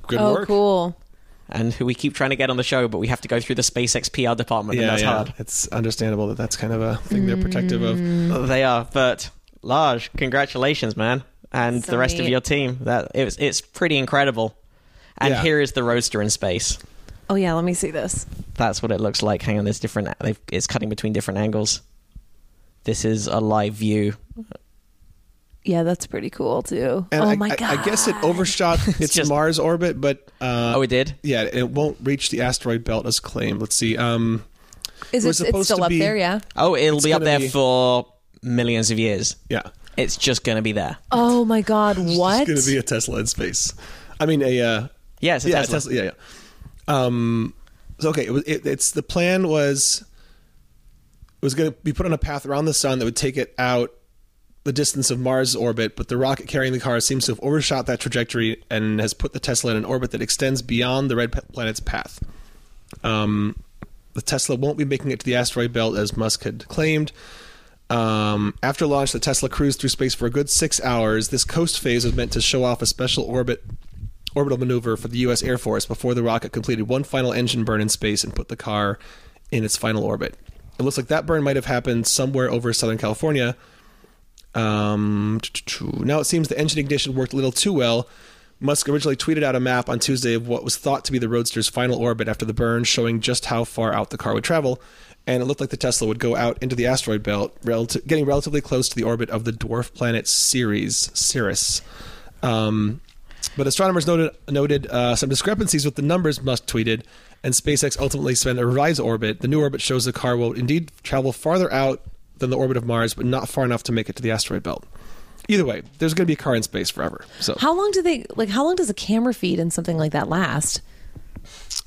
Speaker 3: Good
Speaker 4: oh,
Speaker 3: work.
Speaker 4: cool.
Speaker 2: and who we keep trying to get on the show, but we have to go through the SpaceX PR department,
Speaker 3: Yeah,
Speaker 2: and that's
Speaker 3: yeah.
Speaker 2: hard.
Speaker 3: It's understandable that that's kind of a thing they're protective
Speaker 4: Mm.
Speaker 3: of.
Speaker 2: They are, but Lars, congratulations, man, and
Speaker 4: So
Speaker 2: the rest of
Speaker 4: neat.
Speaker 2: your team. That it was, it's pretty incredible. And
Speaker 3: Yeah.
Speaker 2: here is the roadster in space.
Speaker 4: Oh yeah, let me see this.
Speaker 2: That's what it looks like. Hang on, there's different. They've, it's cutting between different angles. This is a live view.
Speaker 4: Yeah, that's pretty cool too.
Speaker 3: And
Speaker 4: oh
Speaker 3: I,
Speaker 4: my
Speaker 3: I-
Speaker 4: god.
Speaker 3: I guess it overshot its,
Speaker 2: just-
Speaker 3: Mars orbit, but uh,
Speaker 2: Oh, it did.
Speaker 3: yeah, it won't reach the asteroid belt as claimed. Let's see. Um,
Speaker 4: Is
Speaker 3: It was
Speaker 4: it, it's
Speaker 3: supposed
Speaker 4: still
Speaker 3: to
Speaker 4: up
Speaker 3: be-
Speaker 4: there? Yeah.
Speaker 2: Oh, it'll
Speaker 3: It's
Speaker 2: be up
Speaker 3: gonna
Speaker 2: there
Speaker 3: be-
Speaker 2: for millions of years.
Speaker 3: Yeah,
Speaker 2: It's just going to be there.
Speaker 4: Oh my God! What?
Speaker 3: it's going to be a Tesla in space. I mean, a uh,
Speaker 2: Yeah, it's a
Speaker 3: yeah,
Speaker 2: Tesla.
Speaker 3: Yeah, yeah. Um, so okay, it was, it, it's the plan was it was going to be put on a path around the sun that would take it out the distance of Mars' orbit, but the rocket carrying the car seems to have overshot that trajectory and has put the Tesla in an orbit that extends beyond the red pa- planet's path. Um, the Tesla won't be making it to the asteroid belt as Musk had claimed. Um, after launch, the Tesla cruised through space for a good six hours. This coast phase was meant to show off a special orbit orbital maneuver for the U.S. Air Force before the rocket completed one final engine burn in space and put the car in its final orbit. It looks like that burn might have happened somewhere over Southern California. Um, now it seems the engine ignition worked a little too well. Musk originally tweeted out a map on Tuesday of what was thought to be the Roadster's final orbit after the burn, showing just how far out the car would travel, and it looked like the Tesla would go out into the asteroid belt, relati- getting relatively close to the orbit of the dwarf planet Ceres. Cirrus. Um, but astronomers noted noted uh, some discrepancies with the numbers Musk tweeted, and SpaceX ultimately spent a revised orbit. The new orbit shows the car will indeed travel farther out than the orbit of Mars, but not far enough to make it to the asteroid belt. Either way, there's going to be a car in space forever. So
Speaker 4: How long do they like? How long does a camera feed and something like that last?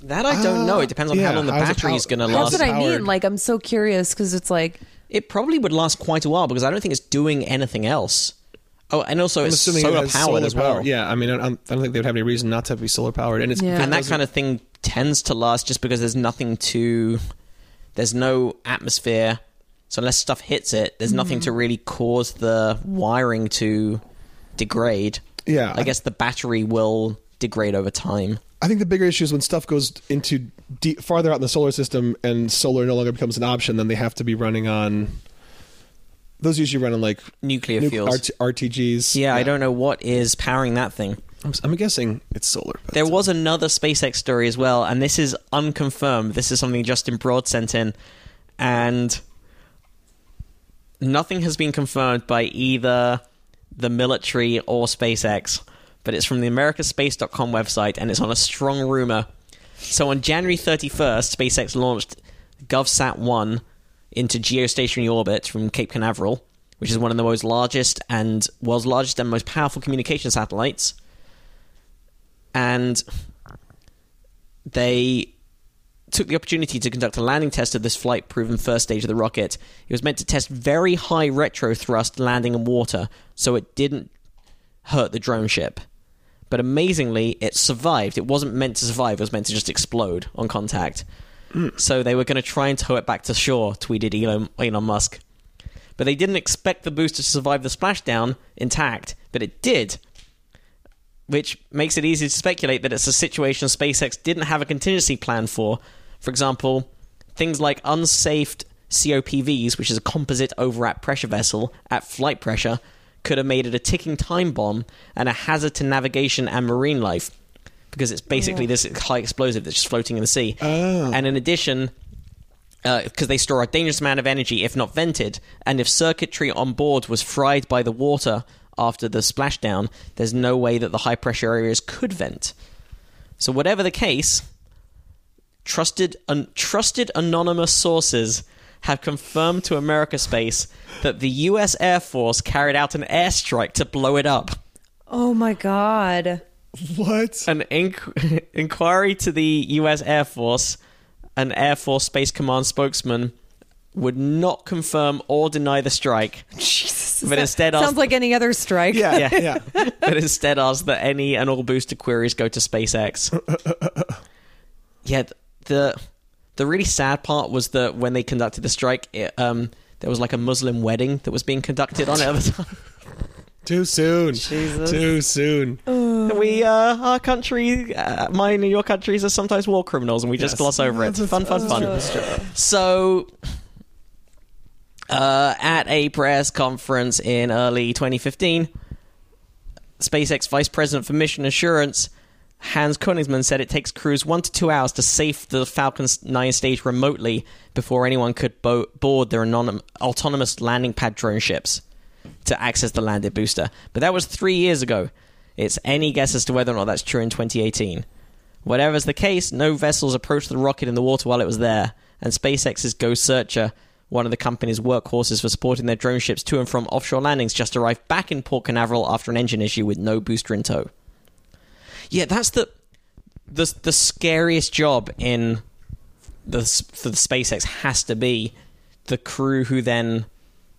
Speaker 2: That I don't know. It depends on
Speaker 3: Ah, yeah,
Speaker 2: how long the
Speaker 3: how's it
Speaker 2: battery
Speaker 3: pow-
Speaker 2: is going to
Speaker 3: how's
Speaker 2: last.
Speaker 4: That's what I
Speaker 3: powered.
Speaker 4: mean. Like, I'm so curious because it's like,
Speaker 2: It probably would last quite a while because I don't think it's doing anything else. Oh, and also
Speaker 3: I'm
Speaker 2: it's
Speaker 3: assuming it
Speaker 2: solar powered
Speaker 3: has solar
Speaker 2: as well.
Speaker 3: power. Yeah, I mean, I don't, I don't think they'd have any reason not to be solar powered, and it's
Speaker 4: Yeah.
Speaker 2: and that kind of thing tends to last just because there's nothing to there's no atmosphere so unless stuff hits it
Speaker 3: Mm-hmm.
Speaker 2: there's nothing to really cause the wiring to degrade
Speaker 3: Yeah.
Speaker 2: i guess the battery will degrade over time
Speaker 3: I think the bigger issue is when stuff goes into deep, farther out in the solar system and solar no longer becomes an option, then they have to be running on. Those usually run on like
Speaker 2: nuclear
Speaker 3: nuc-
Speaker 2: fuels
Speaker 3: RT- RTGs.
Speaker 2: yeah, i don't know what is powering that thing
Speaker 3: I'm, s- I'm guessing it's solar. But
Speaker 2: there was another SpaceX story as well, and this is unconfirmed. This is something Justin Broad sent in, and nothing has been confirmed by either the military or SpaceX, but it's from the americaspace.com website, and it's on a strong rumor. So on January 31st, SpaceX launched GovSat 1 into geostationary orbit from Cape Canaveral, which is one of the most largest and world's largest and most powerful communication satellites and they took the opportunity to conduct a landing test of this flight proven first stage of the rocket. It was meant to test very high retro thrust landing in water, so it didn't hurt the drone ship. But amazingly, it survived. It wasn't meant to survive, it was meant to just explode on contact. So they were going to try and tow it back to shore, tweeted Elon, Elon Musk. But they didn't expect the booster to survive the splashdown intact, but it did which makes it easy to speculate that it's a situation SpaceX didn't have a contingency plan for. For example, things like unsafed COPVs, which is a composite overwrap pressure vessel at flight pressure, could have made it a ticking time bomb and a hazard to navigation and marine life because it's basically this high explosive that's just floating in the sea. And in addition, because Uh, they store a dangerous amount of energy if not vented, and if circuitry on board was fried by the water after the splashdown, there's no way that the high pressure areas could vent. So, whatever the case, trusted un- trusted anonymous sources have confirmed to America Space that the U.S. Air Force carried out an airstrike to blow it up.
Speaker 4: oh my God.
Speaker 3: what?
Speaker 2: An inqu- inquiry to the U.S. Air Force, an Air Force Space Command spokesman would not confirm or deny the strike,
Speaker 4: Jesus.
Speaker 2: But
Speaker 4: That
Speaker 2: instead of-
Speaker 4: sounds like any other strike.
Speaker 3: Yeah, yeah.
Speaker 2: but instead asked that any and all booster queries go to SpaceX. yeah, th- the the really sad part was that when they conducted the strike, it, um, there was like a Muslim wedding that was being conducted on it. at the time.
Speaker 3: Too soon.
Speaker 2: Jesus.
Speaker 3: Too soon.
Speaker 4: Oh,
Speaker 2: we uh, our country uh, mine and your countries are sometimes war criminals and we just
Speaker 3: Yes.
Speaker 2: gloss over it fun fun fun so uh, at a press conference in early 2015 spacex vice president for mission assurance hans Koenigsmann said it takes crews one to two hours to safe the falcon 9 stage remotely before anyone could bo- board their anonym- autonomous landing pad drone ships to access the landed booster. But that was three years ago. It's any guess as to whether or not that's true in 2018. Whatever's the case, no vessels approached the rocket in the water while it was there, and SpaceX's Go Searcher, one of the company's workhorses for supporting their drone ships to and from offshore landings, just arrived back in Port Canaveral after an engine issue with no booster in tow. Yeah, that's the the the scariest job in the for the SpaceX has to be the crew who then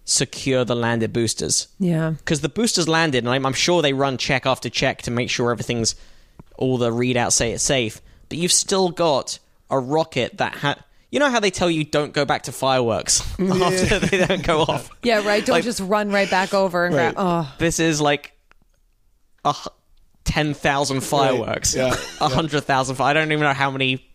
Speaker 2: secure the landed boosters
Speaker 4: Yeah.
Speaker 2: because the boosters landed, and I'm, I'm sure they run check after check to make sure everything's all the readouts say it's safe. But you've still got a rocket that had. You know how they tell you don't go back to fireworks after they don't go off.
Speaker 4: Yeah, right. Don't
Speaker 2: Like-
Speaker 4: just run right back over and grab. Oh,
Speaker 2: This is like a h- ten thousand fireworks,
Speaker 3: yeah,
Speaker 2: a hundred thousand. fi- I don't even know how many.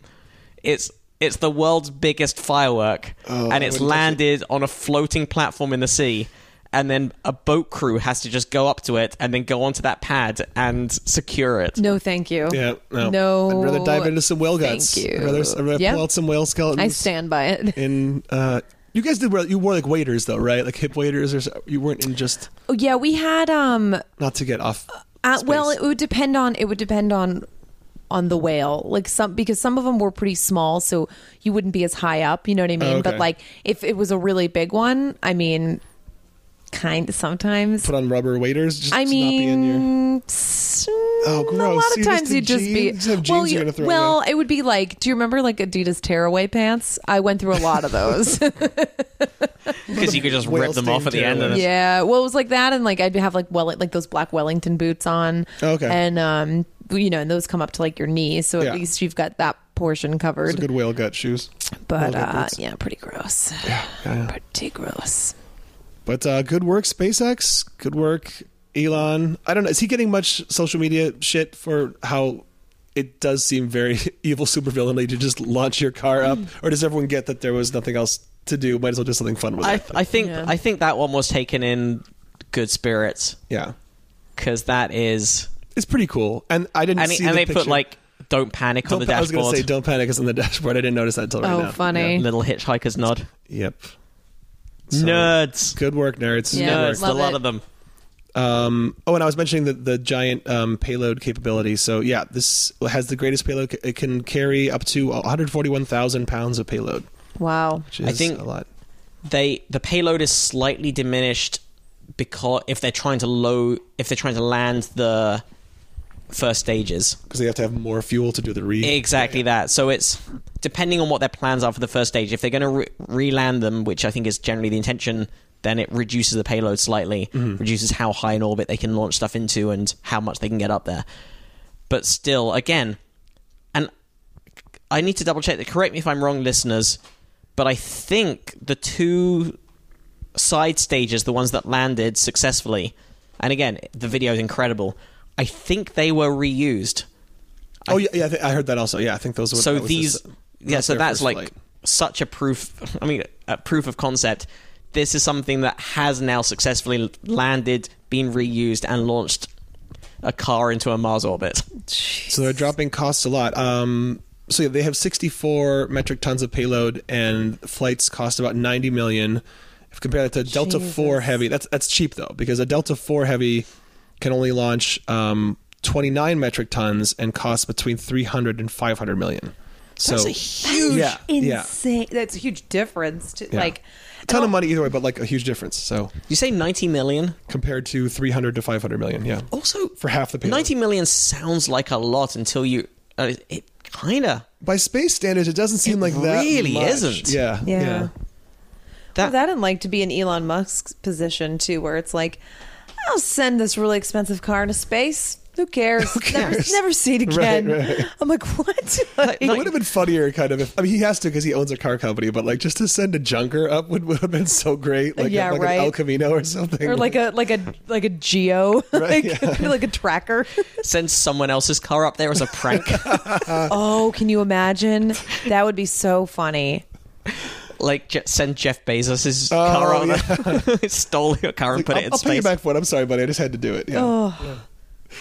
Speaker 2: It's it's the world's biggest firework,
Speaker 3: Oh,
Speaker 2: and it's landed on a floating platform in the sea. And then a boat crew has to just go up to it and then go onto that pad and secure it.
Speaker 4: no, thank you.
Speaker 3: Yeah, no.
Speaker 4: No,
Speaker 3: I'd rather dive into some whale guts.
Speaker 4: thank you.
Speaker 3: I'd rather, I'd rather
Speaker 4: Yeah.
Speaker 3: pull out some whale skeletons.
Speaker 4: I stand by it.
Speaker 3: In uh, you guys did wear, you wore like waders though, right? Like hip waders, or so- you weren't in just
Speaker 4: Oh, yeah, we had um
Speaker 3: not to get off.
Speaker 4: Uh,
Speaker 3: space.
Speaker 4: well, it would depend on it would depend on on the whale, like some because some of them were pretty small, so you wouldn't be as high up. You know what I mean?
Speaker 3: Oh, okay.
Speaker 4: But like if it was a really big one, I mean, kind sometimes.
Speaker 3: put on rubber waders. Just
Speaker 4: I
Speaker 3: to not be in your,
Speaker 4: mean, s-
Speaker 3: Oh,
Speaker 4: a
Speaker 3: gross.
Speaker 4: lot
Speaker 3: You
Speaker 4: of
Speaker 3: just
Speaker 4: times
Speaker 3: did
Speaker 4: you'd just be
Speaker 3: jeans- just have
Speaker 4: well.
Speaker 3: jeans you're
Speaker 4: you-
Speaker 3: gonna throw
Speaker 4: well, it would be like, do you remember like Adidas tearaway pants? I went through a lot of those.
Speaker 2: Because you could just
Speaker 3: Whale
Speaker 2: rip them off at the
Speaker 3: stain
Speaker 2: end. And then
Speaker 4: Yeah, well, it was like that, and like I'd have like well, like those black Wellington boots on.
Speaker 3: Oh, Okay.
Speaker 4: and um, you know, and those come up to like your knees, so at
Speaker 3: Yeah.
Speaker 4: least you've got that portion
Speaker 3: those are
Speaker 4: covered.
Speaker 3: good whale gut shoes.
Speaker 4: but
Speaker 3: whale gut
Speaker 4: uh,
Speaker 3: boots.
Speaker 4: yeah, pretty gross. Pretty gross.
Speaker 3: But uh, good work, SpaceX. Good work, Elon. I don't know. Is he getting much social media shit for how it does seem very evil supervillainly to just launch your car up?
Speaker 2: Mm.
Speaker 3: Or does everyone get that there was nothing else to do? Might as well do something fun with
Speaker 2: I,
Speaker 3: it.
Speaker 2: I think
Speaker 4: Yeah.
Speaker 2: I think that one was taken in good spirits
Speaker 3: Yeah.
Speaker 2: because that is
Speaker 3: It's pretty cool. And I didn't
Speaker 2: and,
Speaker 3: see
Speaker 2: and
Speaker 3: the
Speaker 2: they
Speaker 3: picture.
Speaker 2: put like don't panic on
Speaker 3: don't,
Speaker 2: the
Speaker 3: pa- I was
Speaker 2: dashboard.
Speaker 3: going to say, don't panic, it's on the dashboard. I didn't notice that until right
Speaker 4: Oh,
Speaker 3: now.
Speaker 4: funny.
Speaker 2: Little hitchhiker's nod.
Speaker 3: Yeah. Yep. So,
Speaker 2: Nerds.
Speaker 3: Good work, nerds.
Speaker 4: Yeah.
Speaker 3: Good
Speaker 2: Nerds.
Speaker 3: work.
Speaker 2: A
Speaker 4: love
Speaker 2: lot
Speaker 4: it.
Speaker 2: of them.
Speaker 3: Um, oh, and I was mentioning the, the giant um, payload capability. So, yeah, this has the greatest payload. Ca- It can carry up to 141,000 pounds of payload,
Speaker 4: Wow.
Speaker 3: which is
Speaker 2: I think-
Speaker 3: a lot.
Speaker 2: They the payload is slightly diminished because if they're trying to low if they're trying to land the first stages.
Speaker 3: Because they have to have more fuel to do the re.
Speaker 2: Exactly that. So it's depending on what their plans are for the first stage. If they're going to re- re-land them, which I think is generally the intention, then it reduces the payload slightly, reduces how high in orbit they can launch stuff into and how much they can get up there. But still, again, and I need to double check that. Correct me if I'm wrong, listeners, but I think the two side stages, the ones that landed successfully, and again, the video is incredible. I think they were reused
Speaker 3: oh, yeah, yeah I, think I heard that also. Yeah, I think those were.
Speaker 2: so
Speaker 3: that was
Speaker 2: these
Speaker 3: just- uh,
Speaker 2: yeah so
Speaker 3: their
Speaker 2: that's
Speaker 3: first
Speaker 2: like
Speaker 3: flight.
Speaker 2: such a proof i mean a proof of concept this is something that has now successfully landed been reused and launched a car into a mars orbit
Speaker 3: So they're dropping costs a lot. Um, so yeah, they have 64 metric tons of payload, and flights cost about 90 million. If compare that to Delta Four Heavy, that's that's cheap though, because a Delta Four Heavy can only launch um, 29 metric tons and costs between 300 and 500 million. So
Speaker 2: that's a huge
Speaker 3: yeah, yeah,
Speaker 4: Insane. That's a huge difference. To,
Speaker 3: Yeah.
Speaker 4: Like,
Speaker 3: ton of money either way, but like a huge difference. So
Speaker 2: you say 90 million
Speaker 3: compared to 300 to 500 million, yeah,
Speaker 2: also
Speaker 3: for half the payload.
Speaker 2: 90 million sounds like a lot until you uh, it kinda
Speaker 3: By space standards, it doesn't seem like that.
Speaker 2: really
Speaker 3: much.
Speaker 2: isn't.
Speaker 3: Yeah,
Speaker 4: Yeah.
Speaker 3: yeah.
Speaker 4: Well,
Speaker 2: that,
Speaker 4: that and like to be in Elon Musk's position too, where it's like, I'll send this really expensive car into space. Who cares?
Speaker 3: cares?
Speaker 4: Never, never see it again. I'm like, what? Like,
Speaker 3: It would have been funnier, kind of. If, I mean, he has to because he owns a car company, but like just to send a junker up would, would have been so great, like,
Speaker 4: Yeah,
Speaker 3: like
Speaker 4: right.
Speaker 3: an El Camino or something,
Speaker 4: or like a like a like a geo,
Speaker 3: Right,
Speaker 4: like
Speaker 3: yeah.
Speaker 4: like a tracker.
Speaker 2: sends someone else's car up there as a prank
Speaker 4: oh, can you imagine? That would be so funny.
Speaker 2: like Je- send jeff bezos's car on a, stole your car and
Speaker 3: Oh,
Speaker 2: put
Speaker 3: Like, I'll,
Speaker 2: it in
Speaker 3: I'll
Speaker 2: space
Speaker 3: pay you back for it. I'm sorry, buddy. I just had to do it. Yeah.
Speaker 4: Oh,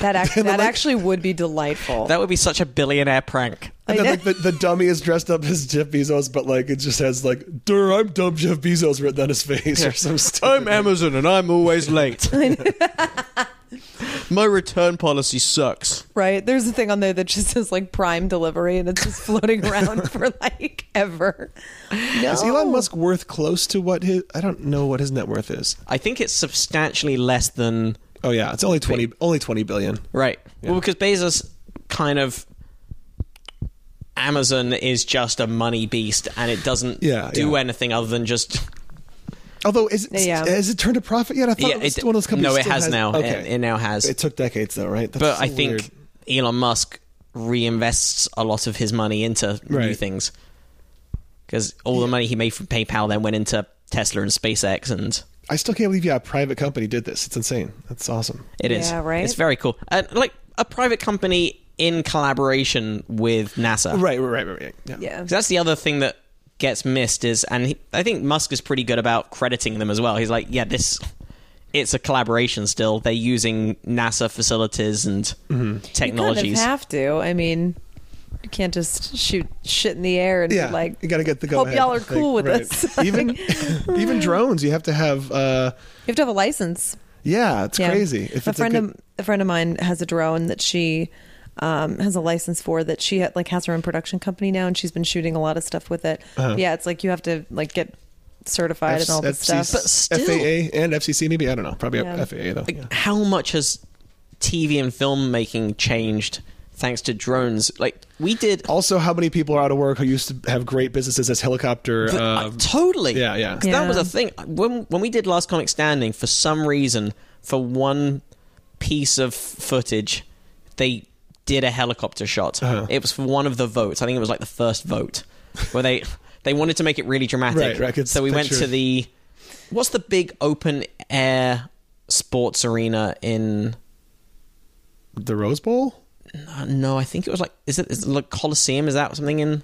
Speaker 4: That act- that
Speaker 3: like-
Speaker 4: actually would be delightful.
Speaker 2: That would be such a billionaire prank.
Speaker 3: And then
Speaker 4: I-
Speaker 3: like the, the dummy is dressed up as Jeff Bezos, but like it just has like "Durr, I'm dumb Jeff Bezos" written on his face or some stuff.
Speaker 2: Amazon and I'm always late. My return policy sucks.
Speaker 4: Right? There's a thing on there that just says like prime delivery and it's just floating around for like ever. No.
Speaker 3: Is Elon Musk worth close to what his? I don't know what his net worth is.
Speaker 2: I think it's substantially less than
Speaker 3: Oh yeah, it's only twenty. Only twenty billion.
Speaker 2: Right. Well, because Bezos kind of Amazon is just a money beast, and it doesn't
Speaker 3: Yeah,
Speaker 2: do
Speaker 3: yeah.
Speaker 2: anything other than just.
Speaker 3: Although is it,
Speaker 4: Yeah.
Speaker 3: has it turned a profit yet? I thought
Speaker 2: Yeah,
Speaker 3: it was
Speaker 2: it-
Speaker 3: one of those companies.
Speaker 2: no, it
Speaker 3: still
Speaker 2: has now. It-
Speaker 3: Okay.
Speaker 2: it now has.
Speaker 3: It took decades though, right? That's
Speaker 2: But
Speaker 3: so
Speaker 2: I think
Speaker 3: weird.
Speaker 2: Elon Musk reinvests a lot of his money into new
Speaker 3: Right.
Speaker 2: things because all the money he made from PayPal then went into Tesla and SpaceX, and
Speaker 3: I still can't believe yeah, a private company did this. It's insane. That's awesome.
Speaker 2: it is
Speaker 4: Yeah, right?
Speaker 2: It's very cool, and like a private company in collaboration with NASA.
Speaker 3: Right, right, right, right. Yeah.
Speaker 4: Yeah.
Speaker 2: 'Cause that's the other thing that gets missed is, and he, I think Musk is pretty good about crediting them as well. He's like, yeah, this, it's a collaboration still. They're using NASA facilities and
Speaker 4: Mm-hmm. You
Speaker 2: technologies.
Speaker 4: kind of have to. I mean, you can't just shoot shit in the air and
Speaker 3: Yeah,
Speaker 4: be like,
Speaker 3: you got to get the go.
Speaker 4: hope
Speaker 3: ahead.
Speaker 4: y'all are
Speaker 3: Like,
Speaker 4: cool with
Speaker 3: right.
Speaker 4: this.
Speaker 3: even even drones, you have to have. Uh,
Speaker 4: You have to have a license.
Speaker 3: yeah, it's
Speaker 4: Yeah.
Speaker 3: crazy. If
Speaker 4: a
Speaker 3: it's
Speaker 4: friend
Speaker 3: good-
Speaker 4: of a friend of mine has a drone that she um, has a license for that she like has her own production company now and she's been shooting a lot of stuff with it.
Speaker 3: Uh-huh.
Speaker 4: Yeah, it's like you have to like get certified and all this
Speaker 3: FCC
Speaker 4: stuff.
Speaker 2: But still-
Speaker 3: FAA and FCC maybe I don't know. Probably
Speaker 4: Yeah.
Speaker 3: FAA though.
Speaker 2: Like,
Speaker 3: yeah.
Speaker 2: How much has TV and filmmaking changed thanks to drones? Like we did
Speaker 3: Also, how many people are out of work who used to have great businesses as helicopter?
Speaker 2: But, uh,
Speaker 3: um,
Speaker 2: totally.
Speaker 3: yeah, yeah.
Speaker 2: 'Cause That was
Speaker 4: Yeah.
Speaker 2: a thing when when we did Last Comic Standing. For some reason, for one piece of footage, they did a helicopter shot.
Speaker 3: Uh-huh.
Speaker 2: It was for one of the votes. I think it was like the first vote where they they wanted to make it really dramatic.
Speaker 3: Right, right, I could
Speaker 2: so we went
Speaker 3: picture-
Speaker 2: to the what's the big open air sports arena in.
Speaker 3: the Rose Bowl.
Speaker 2: Uh, no, I think it was like is it is it like Coliseum? Is that something in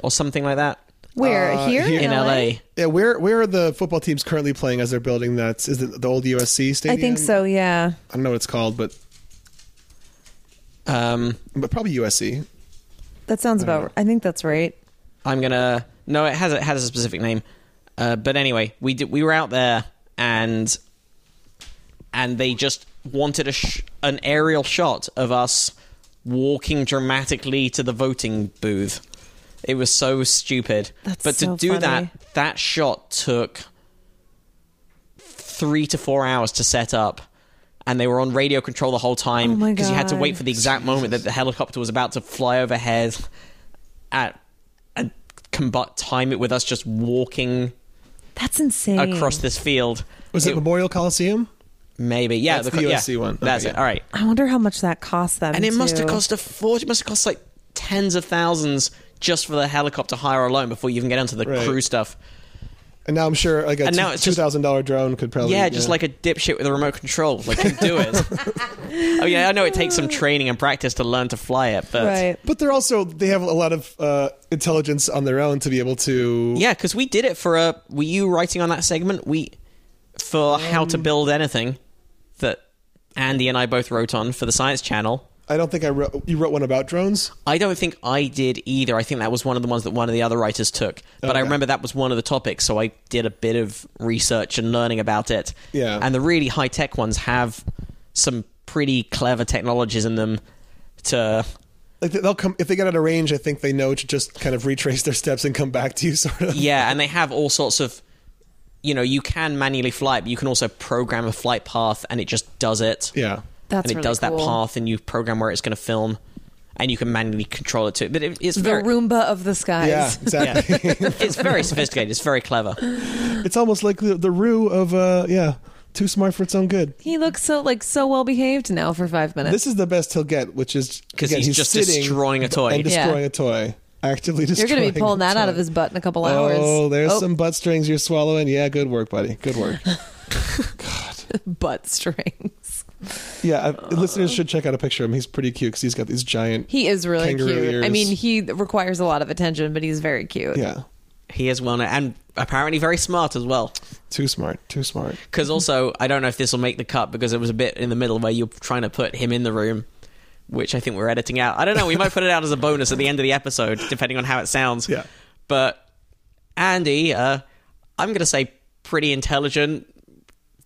Speaker 2: or something like that
Speaker 4: Where
Speaker 3: Uh,
Speaker 4: here,
Speaker 3: here-
Speaker 2: in LA?
Speaker 3: Yeah, where where are the football teams currently playing as they're building that? Is it the old USC
Speaker 4: I
Speaker 3: stadium?
Speaker 4: think so. Yeah,
Speaker 3: I don't know what it's called, but
Speaker 2: Um,
Speaker 3: but probably USC.
Speaker 4: that sounds
Speaker 3: Uh-huh.
Speaker 4: about. I think that's right.
Speaker 2: I'm gonna. No, it has a, it has a specific name. Uh, but anyway, we did, we were out there and and they just wanted a sh- an aerial shot of us walking dramatically to the voting booth. It was so stupid.
Speaker 4: That's
Speaker 2: but to
Speaker 4: so
Speaker 2: do
Speaker 4: funny.
Speaker 2: that, that shot took three to four hours to set up. And they were on radio control the whole
Speaker 4: Oh
Speaker 2: time
Speaker 4: my
Speaker 2: you had to wait
Speaker 4: God.
Speaker 2: for the exact moment that the helicopter was about to fly overhead at and combat time it with us just walking
Speaker 4: That's insane.
Speaker 2: across this field.
Speaker 3: Was it, Memorial Coliseum?
Speaker 2: Maybe, yeah.
Speaker 3: That's
Speaker 2: co-
Speaker 3: the
Speaker 2: yeah.
Speaker 3: USC one. Okay,
Speaker 2: That's it.
Speaker 3: yeah.
Speaker 2: All right,
Speaker 4: I wonder how much that cost them.
Speaker 2: and it must have
Speaker 4: too.
Speaker 2: cost a fortune. It must have cost like tens of thousands just for the helicopter hire alone before you even get onto the
Speaker 3: Right.
Speaker 2: crew stuff.
Speaker 3: And now I'm sure like a
Speaker 2: And now it's
Speaker 3: two
Speaker 2: just-
Speaker 3: thousand dollar drone could probably
Speaker 2: Yeah, just like a dipshit with a remote control, like can do it. oh yeah, I know it takes some training and practice to learn to fly it, but
Speaker 4: right.
Speaker 3: But they're also they have a lot of uh, intelligence on their own to be able to.
Speaker 2: Yeah, because we did it for a. Were you writing on that segment? We for how to build anything that Andy and I both wrote on for the Science Channel.
Speaker 3: I don't think I wrote you wrote one about drones.
Speaker 2: I don't think I did either. I think that was one of the ones that one of the other writers took. But I
Speaker 3: Okay.
Speaker 2: remember that was one of the topics, so I did a bit of research and learning about it.
Speaker 3: Yeah.
Speaker 2: And the really high tech ones have some pretty clever technologies in them to
Speaker 3: Like they'll come if they get out of range. I think they know to just kind of retrace their steps and come back to you. Sort of.
Speaker 2: Yeah, and they have all sorts of you know, you can manually fly, it, but you can also program a flight path and it just does it.
Speaker 3: Yeah.
Speaker 4: That's
Speaker 2: and it
Speaker 4: really
Speaker 2: does that
Speaker 4: cool.
Speaker 2: path and you program where it's going to film and you can manually control it too. But it, it's
Speaker 4: The
Speaker 2: very
Speaker 4: Roomba of the skies.
Speaker 3: Yeah.
Speaker 2: yeah.
Speaker 3: Exactly.
Speaker 2: it's very sophisticated. It's very clever.
Speaker 3: it's almost like the the rue of uh yeah too smart for its own good.
Speaker 4: He looks so like so well behaved now for five minutes.
Speaker 3: This is the best he'll get, which is
Speaker 2: 'Cause
Speaker 3: again,
Speaker 2: he's just
Speaker 3: sitting
Speaker 2: destroying a toy.
Speaker 3: and destroying
Speaker 4: Yeah.
Speaker 3: a toy. Actively
Speaker 4: You're
Speaker 3: destroying.
Speaker 4: going to be
Speaker 3: a
Speaker 4: pulling that out
Speaker 3: toy.
Speaker 4: of his butt in a couple hours.
Speaker 3: Oh, there's
Speaker 4: Oh,
Speaker 3: some butt strings you're swallowing. Yeah, good work, buddy. Good work.
Speaker 4: butt strings.
Speaker 3: Yeah, I, listeners should check out a picture of him. He's pretty cute because he's got these giant.
Speaker 4: He is really
Speaker 3: Kangaroo
Speaker 4: cute. I
Speaker 3: ears.
Speaker 4: mean, he requires a lot of attention, but he's very cute.
Speaker 3: Yeah,
Speaker 2: He is well known and apparently very smart as well.
Speaker 3: too smart, too smart.
Speaker 2: Because also, I don't know if this will make the cut because it was a bit in the middle where you're trying to put him in the room, which I think we're editing out. I don't know. We might put it out as a bonus at the end of the episode, depending on how it sounds.
Speaker 3: Yeah.
Speaker 2: But Andy, uh, I'm going to say pretty intelligent,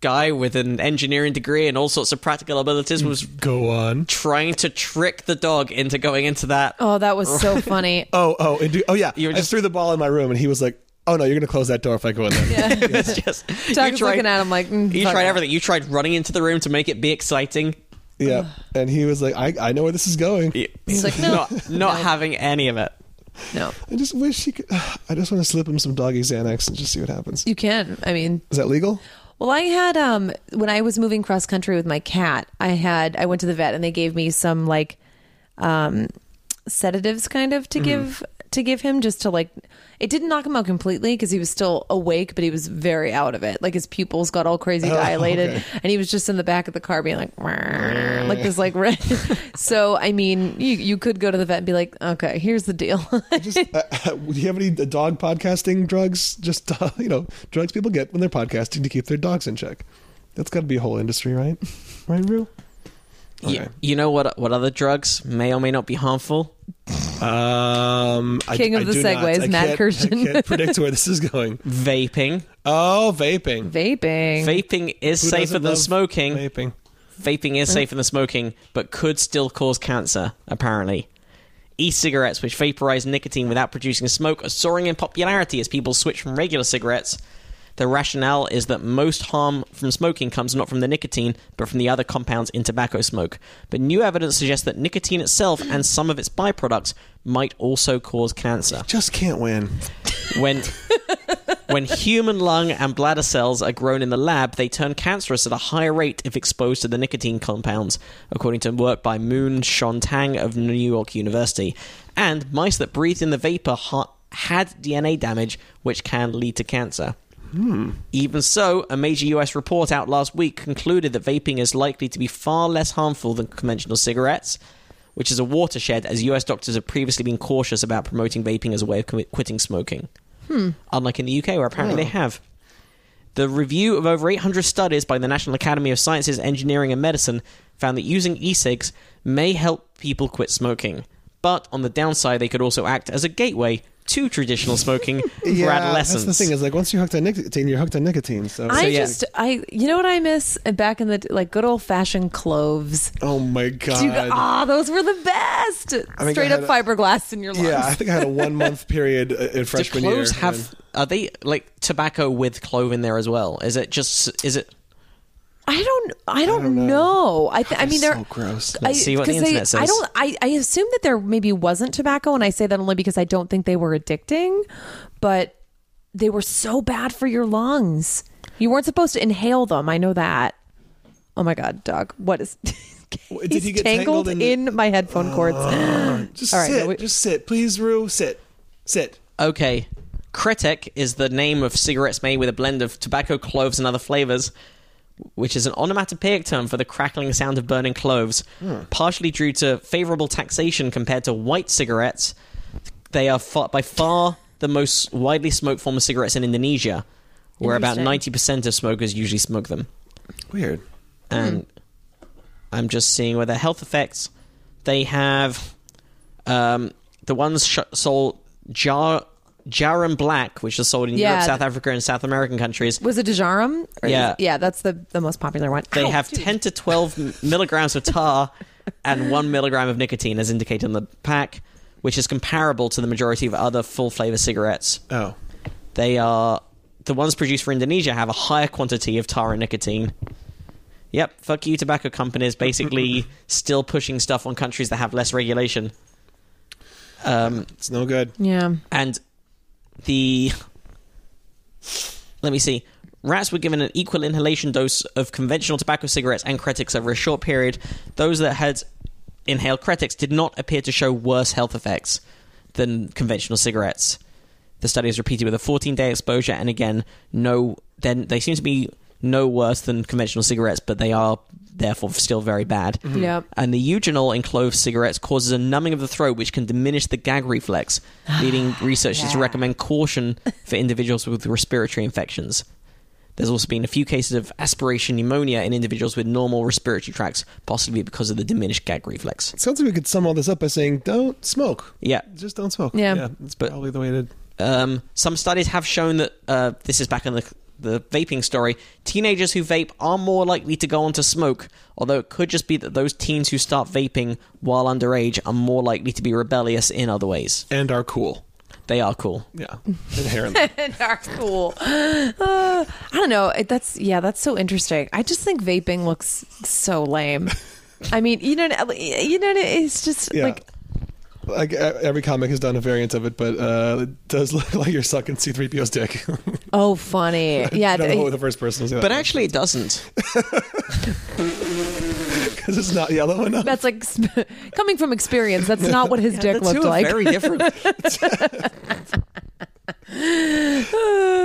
Speaker 2: guy with an engineering degree and all sorts of practical abilities was
Speaker 3: Go on.
Speaker 2: trying to trick the dog into going into that.
Speaker 4: Oh, that was so funny.
Speaker 3: Oh, oh, and do, oh yeah.
Speaker 2: were
Speaker 3: I
Speaker 2: just-
Speaker 3: threw the ball in my room, and he was like, "Oh no, you're gonna close that door if I go in there."
Speaker 2: it was just you
Speaker 4: Doug's looking at him like, mm,
Speaker 2: you
Speaker 4: fuck
Speaker 2: tried
Speaker 4: off.
Speaker 2: everything. You tried running into the room to make it be exciting.
Speaker 3: Yeah. And he was like, I, I know where this is going.
Speaker 4: He's like, no.
Speaker 2: not not having any of it.
Speaker 4: No,
Speaker 3: I just wish he could. I just want to slip him some doggy Xanax and just see what happens.
Speaker 4: you can. I mean,
Speaker 3: Is that legal?
Speaker 4: Well, I had um when I was moving cross country with my cat, I had I went to the vet and they gave me some like um sedatives kind of to
Speaker 3: Hmm.
Speaker 4: give to give him just to like it didn't knock him out completely because he was still awake but he was very out of it like his pupils got all crazy dilated
Speaker 3: Oh, okay.
Speaker 4: and he was just in the back of the car being like "Rrrr," like this like red so i mean you you could go to the vet and be like okay here's the deal
Speaker 3: Just, uh, do you have any dog podcasting drugs? Just uh, you know, drugs people get when they're podcasting to keep their dogs in check. That's got to be a whole industry, right? Right, Rue?
Speaker 2: Y-
Speaker 3: Okay.
Speaker 2: You, know what? What other drugs may or may not be harmful?
Speaker 3: Um, I-
Speaker 4: King of
Speaker 3: I
Speaker 4: the
Speaker 3: do not.
Speaker 4: segues,
Speaker 3: I
Speaker 4: Matt
Speaker 3: can't-
Speaker 4: Kirshen.
Speaker 3: I can't predict where this is going.
Speaker 2: Vaping.
Speaker 3: Oh, vaping.
Speaker 4: vaping
Speaker 2: Vaping is
Speaker 3: Who
Speaker 2: safer
Speaker 3: doesn't
Speaker 2: than
Speaker 3: love
Speaker 2: smoking.
Speaker 3: Vaping.
Speaker 2: Vaping is safer than smoking, but could still cause cancer, apparently. E cigarettes, which vaporize nicotine without producing smoke, are soaring in popularity as people switch from regular cigarettes. The rationale is that most harm from smoking comes not from the nicotine, but from the other compounds in tobacco smoke. But new evidence suggests that nicotine itself and some of its byproducts might also cause cancer
Speaker 3: Just can't win.
Speaker 2: when when human lung and bladder cells are grown in the lab, they turn cancerous at a higher rate if exposed to the nicotine compounds, according to work by Moon Shontang of New York University. And mice that breathed in the vapor ha- had DNA damage, which can lead to cancer. Even so, a major US report out last week concluded that vaping is likely to be far less harmful than conventional cigarettes, which is a watershed as US doctors have previously been cautious about promoting vaping as a way of commi- quitting smoking. Unlike in the UK, where apparently they have. The review of over 800 studies by the National Academy of Sciences, Engineering and Medicine found that using e cigs may help people quit smoking. But on the downside, they could also act as a gateway to traditional smoking for adolescents.
Speaker 3: That's the thing is like once you're hooked on nicotine, you're hooked on nicotine. So
Speaker 4: I
Speaker 2: yeah.
Speaker 4: just I you know what I miss back in the like good old fashioned cloves.
Speaker 3: oh my god.
Speaker 4: You go- Ah, those were the best.
Speaker 3: I
Speaker 4: Straight
Speaker 3: had
Speaker 4: up
Speaker 3: a-
Speaker 4: fiberglass in your lungs.
Speaker 3: yeah, I think I had a one month period uh, in
Speaker 2: Do
Speaker 3: freshman
Speaker 2: cloves
Speaker 3: year.
Speaker 2: have?
Speaker 3: and-
Speaker 2: Are they like tobacco with clove in there as well? Is it just? Is it?
Speaker 4: I don't. I don't,
Speaker 3: don't know.
Speaker 4: know. I th- I mean, they're
Speaker 3: so gross.
Speaker 4: I,
Speaker 2: see what the
Speaker 4: 'cause
Speaker 2: internet
Speaker 4: they, I
Speaker 2: says.
Speaker 4: don't. I, I assume that there maybe wasn't tobacco, and I say that only because I don't think they were addicting, but they were so bad for your lungs. You weren't supposed to inhale them. I know that. Oh my god, Doug, what is?
Speaker 3: Did
Speaker 4: he's
Speaker 3: he get
Speaker 4: tangled,
Speaker 3: tangled in the- Oh,
Speaker 4: in, my headphone cords.
Speaker 3: Just
Speaker 4: All right,
Speaker 3: sit.
Speaker 4: no, we-
Speaker 3: Just sit, please, Rue. Sit, sit.
Speaker 2: Okay. Kretek is the name of cigarettes made with a blend of tobacco, cloves, and other flavors, which is an onomatopoeic term for the crackling sound of burning cloves,
Speaker 3: Hmm.
Speaker 2: partially due to favorable taxation compared to white cigarettes. They are far, by far the most widely smoked form of cigarettes in Indonesia, where about
Speaker 4: Interesting.
Speaker 2: 90% of smokers usually smoke them.
Speaker 3: Weird.
Speaker 2: and
Speaker 4: Hmm.
Speaker 2: I'm just seeing where their health effects. They have um, the ones sh- sold jar Jarum Black, which is sold in
Speaker 4: Yeah,
Speaker 2: Europe,
Speaker 4: th-
Speaker 2: South Africa, and South American countries.
Speaker 4: Was it Dejarum? Or
Speaker 2: Yeah.
Speaker 4: yeah, that's the, the most popular one.
Speaker 2: They
Speaker 4: Ow,
Speaker 2: have
Speaker 4: dude.
Speaker 2: 10 to 12 m- milligrams of tar and one milligram of nicotine, as indicated in the pack, which is comparable to the majority of other full flavor cigarettes.
Speaker 3: Oh,
Speaker 2: They are the ones produced for Indonesia have a higher quantity of tar and nicotine. Yep, fuck you, tobacco companies. Basically, still pushing stuff on countries that have less regulation. Um,
Speaker 3: it's no good.
Speaker 4: Yeah.
Speaker 2: and the let me see. Rats were given an equal inhalation dose of conventional tobacco cigarettes and Cretix over a short period. Those that had inhaled Cretix did not appear to show worse health effects than conventional cigarettes. The study is repeated with a 14-day exposure, and again, no. Then they seem to be no worse than conventional cigarettes, but they are therefore still very bad.
Speaker 4: Yep.
Speaker 2: And the eugenol in clove cigarettes causes a numbing of the throat, which can diminish the gag reflex, leading researchers to
Speaker 4: Yeah.
Speaker 2: recommend caution for individuals with respiratory infections. There's also been a few cases of aspiration pneumonia in individuals with normal respiratory tracts, possibly because of the diminished gag reflex.
Speaker 3: It sounds like we could sum all this up by saying, don't smoke.
Speaker 2: Yeah.
Speaker 3: Just don't smoke.
Speaker 4: Yeah.
Speaker 3: that's
Speaker 2: But-
Speaker 3: probably the way to.
Speaker 2: Um, some studies have shown that uh, this is back on the the vaping story, teenagers who vape are more likely to go on to smoke, although it could just be that those teens who start vaping while underage are more likely to be rebellious in other ways.
Speaker 3: and are cool.
Speaker 2: They are cool.
Speaker 3: Yeah, inherently.
Speaker 4: and are cool. Uh, I don't know. It- That's yeah. That's so interesting. I just think vaping looks so lame. I mean, you know, you know, it's just
Speaker 3: Yeah.
Speaker 4: like
Speaker 3: like e- every comic has done a variant of it, but uh, it does look like you're sucking C-3PO's dick.
Speaker 4: oh, funny. Yeah,
Speaker 3: I don't know who
Speaker 4: th-
Speaker 3: the first person is,
Speaker 2: But actually, it doesn't.
Speaker 3: because it's not yellow enough.
Speaker 4: that's like sp- coming from experience. That's not what his
Speaker 2: the
Speaker 4: dick
Speaker 2: two
Speaker 4: looked
Speaker 2: are
Speaker 4: like.
Speaker 2: very different.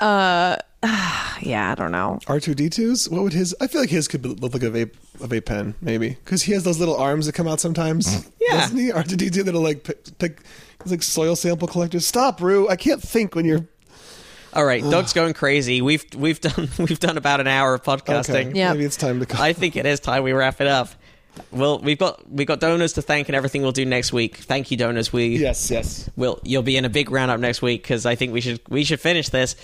Speaker 4: uh, yeah, I don't know.
Speaker 3: R2D2's? What would his? I feel like his could look like a vape, a vape pen, maybe, because he has those little arms that come out sometimes.
Speaker 2: Yeah.
Speaker 3: doesn't he? R2D2 that'll like pick, pick he's like soil sample collectors. Stop, Rue! I can't think when you're.
Speaker 2: All right, Doug's going crazy. We've we've done we've done about an hour of podcasting.
Speaker 3: Okay,
Speaker 4: Yeah.
Speaker 3: maybe it's time to call.
Speaker 2: I think it is time we wrap it up. Well, we've got we've got donors to thank and everything we'll do next week. Thank you, donors. We
Speaker 3: yes, yes.
Speaker 2: will you'll be in a big roundup next week because I think we should we should finish this.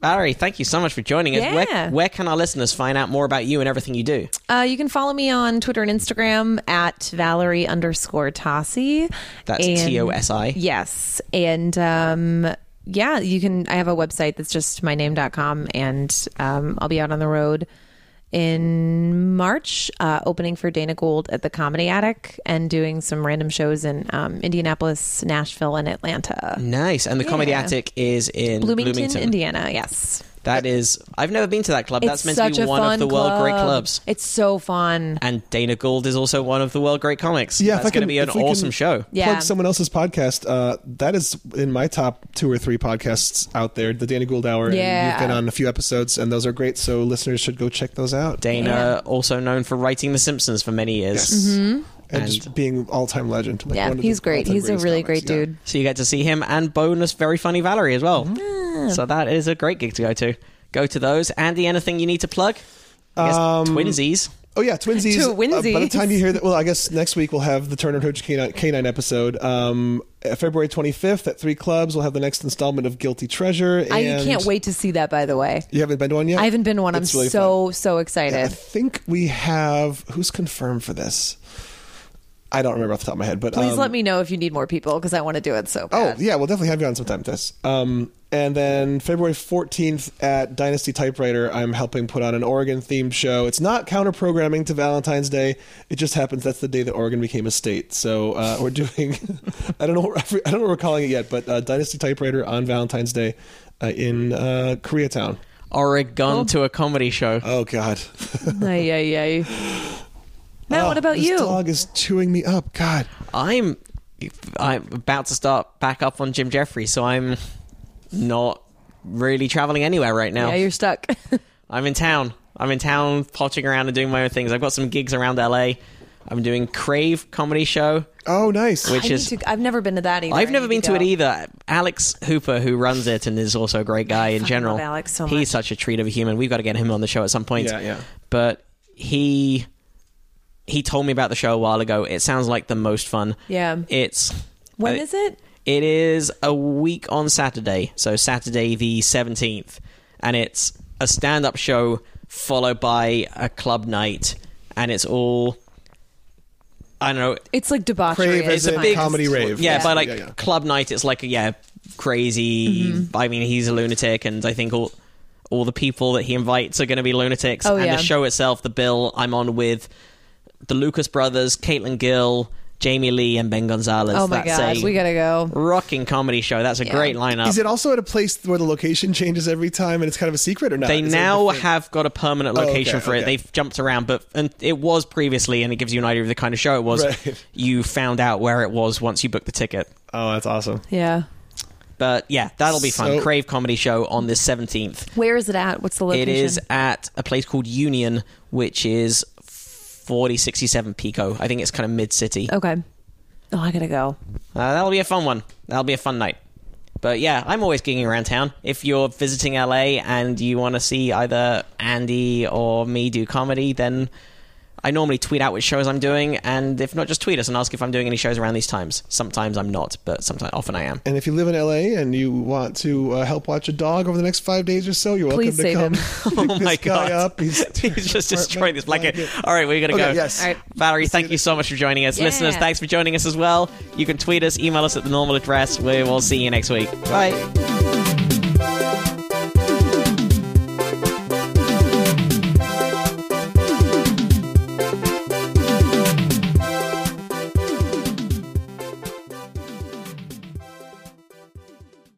Speaker 2: Barry, thank you so much for joining us.
Speaker 4: Yeah.
Speaker 2: Where, where can our listeners find out more about you and everything you do?
Speaker 4: Uh, you can follow me on Twitter and Instagram at Valerie underscore Tossi.
Speaker 2: That's
Speaker 4: And-
Speaker 2: T O S I.
Speaker 4: Yes. And um, yeah, you can. I have a website that's just myname.com, and um, I'll be out on the road in March, uh, opening for Dana Gould at the Comedy Attic and doing some random shows in um, Indianapolis, Nashville, and Atlanta.
Speaker 2: Nice. And the Comedy
Speaker 4: Yeah.
Speaker 2: Attic is in
Speaker 4: Bloomington,
Speaker 2: Mm. Bloomington.
Speaker 4: Indiana. Yes.
Speaker 2: That is I've never been to that club. That's
Speaker 4: It's
Speaker 2: meant
Speaker 4: such
Speaker 2: to
Speaker 4: a
Speaker 2: be one
Speaker 4: fun
Speaker 2: of the world great
Speaker 4: club.
Speaker 2: clubs.
Speaker 4: It's so fun.
Speaker 2: And Dana Gould is also one of the world great comics.
Speaker 3: Yeah, if I
Speaker 2: that's going to
Speaker 3: can-
Speaker 2: be an
Speaker 3: if we can-
Speaker 2: awesome show.
Speaker 4: Yeah.
Speaker 3: Plug someone else's podcast. Uh, that is in my top two or three podcasts out there. The Danny Gould Hour.
Speaker 4: Yeah.
Speaker 3: And you've been on a few episodes, and those are great. So listeners should go check those out.
Speaker 2: Dana, also known for writing The Simpsons for many years.
Speaker 4: Mm-hmm.
Speaker 3: and, just being all time legend. like
Speaker 4: Yeah,
Speaker 3: one of
Speaker 4: he's
Speaker 3: the
Speaker 4: great.
Speaker 3: all-time
Speaker 4: He's a
Speaker 3: greatest
Speaker 4: really
Speaker 3: comics,
Speaker 4: great
Speaker 3: yeah.
Speaker 4: dude.
Speaker 2: So you get to see him and bonus very funny Valerie as well. So that is a great gig to go to. Go to those. Andy, anything you need to plug? I guess twinsies.
Speaker 3: Oh yeah, twinsies.
Speaker 4: Two
Speaker 3: Uh, by the
Speaker 4: winsies.
Speaker 3: time you hear that, well, I guess next week we'll have the Turner Coach Canine, Canine episode. Um, uh, February 25th at three clubs, we'll have the next installment of Guilty Treasure. And
Speaker 4: I can't wait to see that, by the way.
Speaker 3: You haven't been to one yet.
Speaker 4: I haven't been to one. I'm
Speaker 3: It's really
Speaker 4: so, so
Speaker 3: fun. I
Speaker 4: excited.
Speaker 3: think we have who's confirmed for this. I don't remember off the top of my head, but
Speaker 4: Please
Speaker 3: um,
Speaker 4: let me know if you need more people because I want to do it so
Speaker 3: Oh
Speaker 4: bad.
Speaker 3: yeah, we'll definitely have you on sometime. This, um, and then February fourteenth at Dynasty Typewriter, I'm helping put on an Oregon themed show. It's not counter programming to Valentine's Day. It just happens that's the day that Oregon became a state. So uh, we're doing, I don't know, I don't know what we're calling it yet, but uh, Dynasty Typewriter on Valentine's Day uh, in uh, Koreatown.
Speaker 2: Oregon to a comedy show.
Speaker 3: Oh God,
Speaker 4: Ay, ay, ay. Matt, what about
Speaker 3: Oh, this
Speaker 4: you?
Speaker 3: Dog is chewing me up. God,
Speaker 2: I'm I'm about to start back up on Jim Jeffries, so I'm not really traveling anywhere right now.
Speaker 4: Yeah, you're stuck.
Speaker 2: I'm in town. I'm in town potting around and doing my own things. I've got some gigs around LA. I'm doing Crave comedy show.
Speaker 3: oh nice.
Speaker 2: Which
Speaker 4: I
Speaker 2: is
Speaker 4: need to, I've never been to that either.
Speaker 2: I've
Speaker 4: I
Speaker 2: never been
Speaker 4: need
Speaker 2: to it
Speaker 4: go.
Speaker 2: either. Alex Hooper, who runs it and is also a great guy in general.
Speaker 4: love Alex so much.
Speaker 2: He's such a treat of a human. We've got to get him on the show at some point.
Speaker 3: Yeah, yeah.
Speaker 2: But he he told me about the show a while ago. It sounds like the most fun.
Speaker 4: Yeah.
Speaker 2: It's
Speaker 4: When
Speaker 2: I-
Speaker 4: is it?
Speaker 2: It is a week on Saturday, so Saturday the 17th, and it's a stand up show followed by a club night, and it's all. I don't know.
Speaker 4: It's like debauchery.
Speaker 3: Crave
Speaker 4: I
Speaker 3: as
Speaker 4: find.
Speaker 3: in comedy rave.
Speaker 2: Yeah,
Speaker 4: Yeah.
Speaker 2: by like
Speaker 3: Yeah, yeah.
Speaker 2: club night, it's like, yeah, crazy.
Speaker 4: Mm-hmm.
Speaker 2: I mean, he's a lunatic, and I think all. All the people that he invites are going to be lunatics,
Speaker 4: Oh,
Speaker 2: and
Speaker 4: yeah.
Speaker 2: the show itself, the bill I'm on with the Lucas brothers, Caitlin Gill, Jamie Lee, and Ben Gonzalez.
Speaker 4: Oh my
Speaker 2: That's
Speaker 4: god,
Speaker 2: a-
Speaker 4: we gotta go.
Speaker 2: rocking comedy show. That's a
Speaker 4: Yeah.
Speaker 2: great lineup.
Speaker 3: Is it also at a place where the location changes every time, and it's kind of a secret, or not?
Speaker 2: they
Speaker 3: Is it
Speaker 2: now
Speaker 3: different-
Speaker 2: have got a permanent
Speaker 3: Oh, okay,
Speaker 2: location for it.
Speaker 3: okay.
Speaker 2: They've jumped around, but and it was previously, and it gives you an idea of the kind of show it was.
Speaker 3: Right.
Speaker 2: You found out where it was once you booked the ticket.
Speaker 3: Oh, that's awesome.
Speaker 4: Yeah.
Speaker 2: But yeah, that'll be fun.
Speaker 3: So-
Speaker 2: Crave comedy show on the seventeenth.
Speaker 4: Where is it at? What's the
Speaker 2: It
Speaker 4: location?
Speaker 2: is at a place called Union, which is forty sixty seven Pico. I think it's kind of mid city.
Speaker 4: Okay. Oh, I gotta go.
Speaker 2: Uh, that'll be a fun one. That'll be a fun night. But yeah, I'm always gigging around town. If you're visiting LA and you want to see either Andy or me do comedy, then I normally tweet out which shows I'm doing, and if not, just tweet us and ask if I'm doing any shows around these times. Sometimes I'm not, but sometimes often I am.
Speaker 3: And if you live in LA and you want to uh, help watch a dog over the next five days or so, you're welcome
Speaker 4: Please
Speaker 3: to
Speaker 4: save
Speaker 3: come. pick
Speaker 4: him.
Speaker 2: oh
Speaker 3: this
Speaker 2: my
Speaker 3: guy
Speaker 2: god!
Speaker 3: up. He's,
Speaker 2: He's just destroying this blanket.
Speaker 3: blanket.
Speaker 2: All right, we're gonna go.
Speaker 3: Okay, yes. All right.
Speaker 2: Valerie, thank you so much for joining us,
Speaker 4: Yeah.
Speaker 2: listeners. Thanks for joining us as well. You can tweet us, email us at the normal address. We will see you next week. Bye.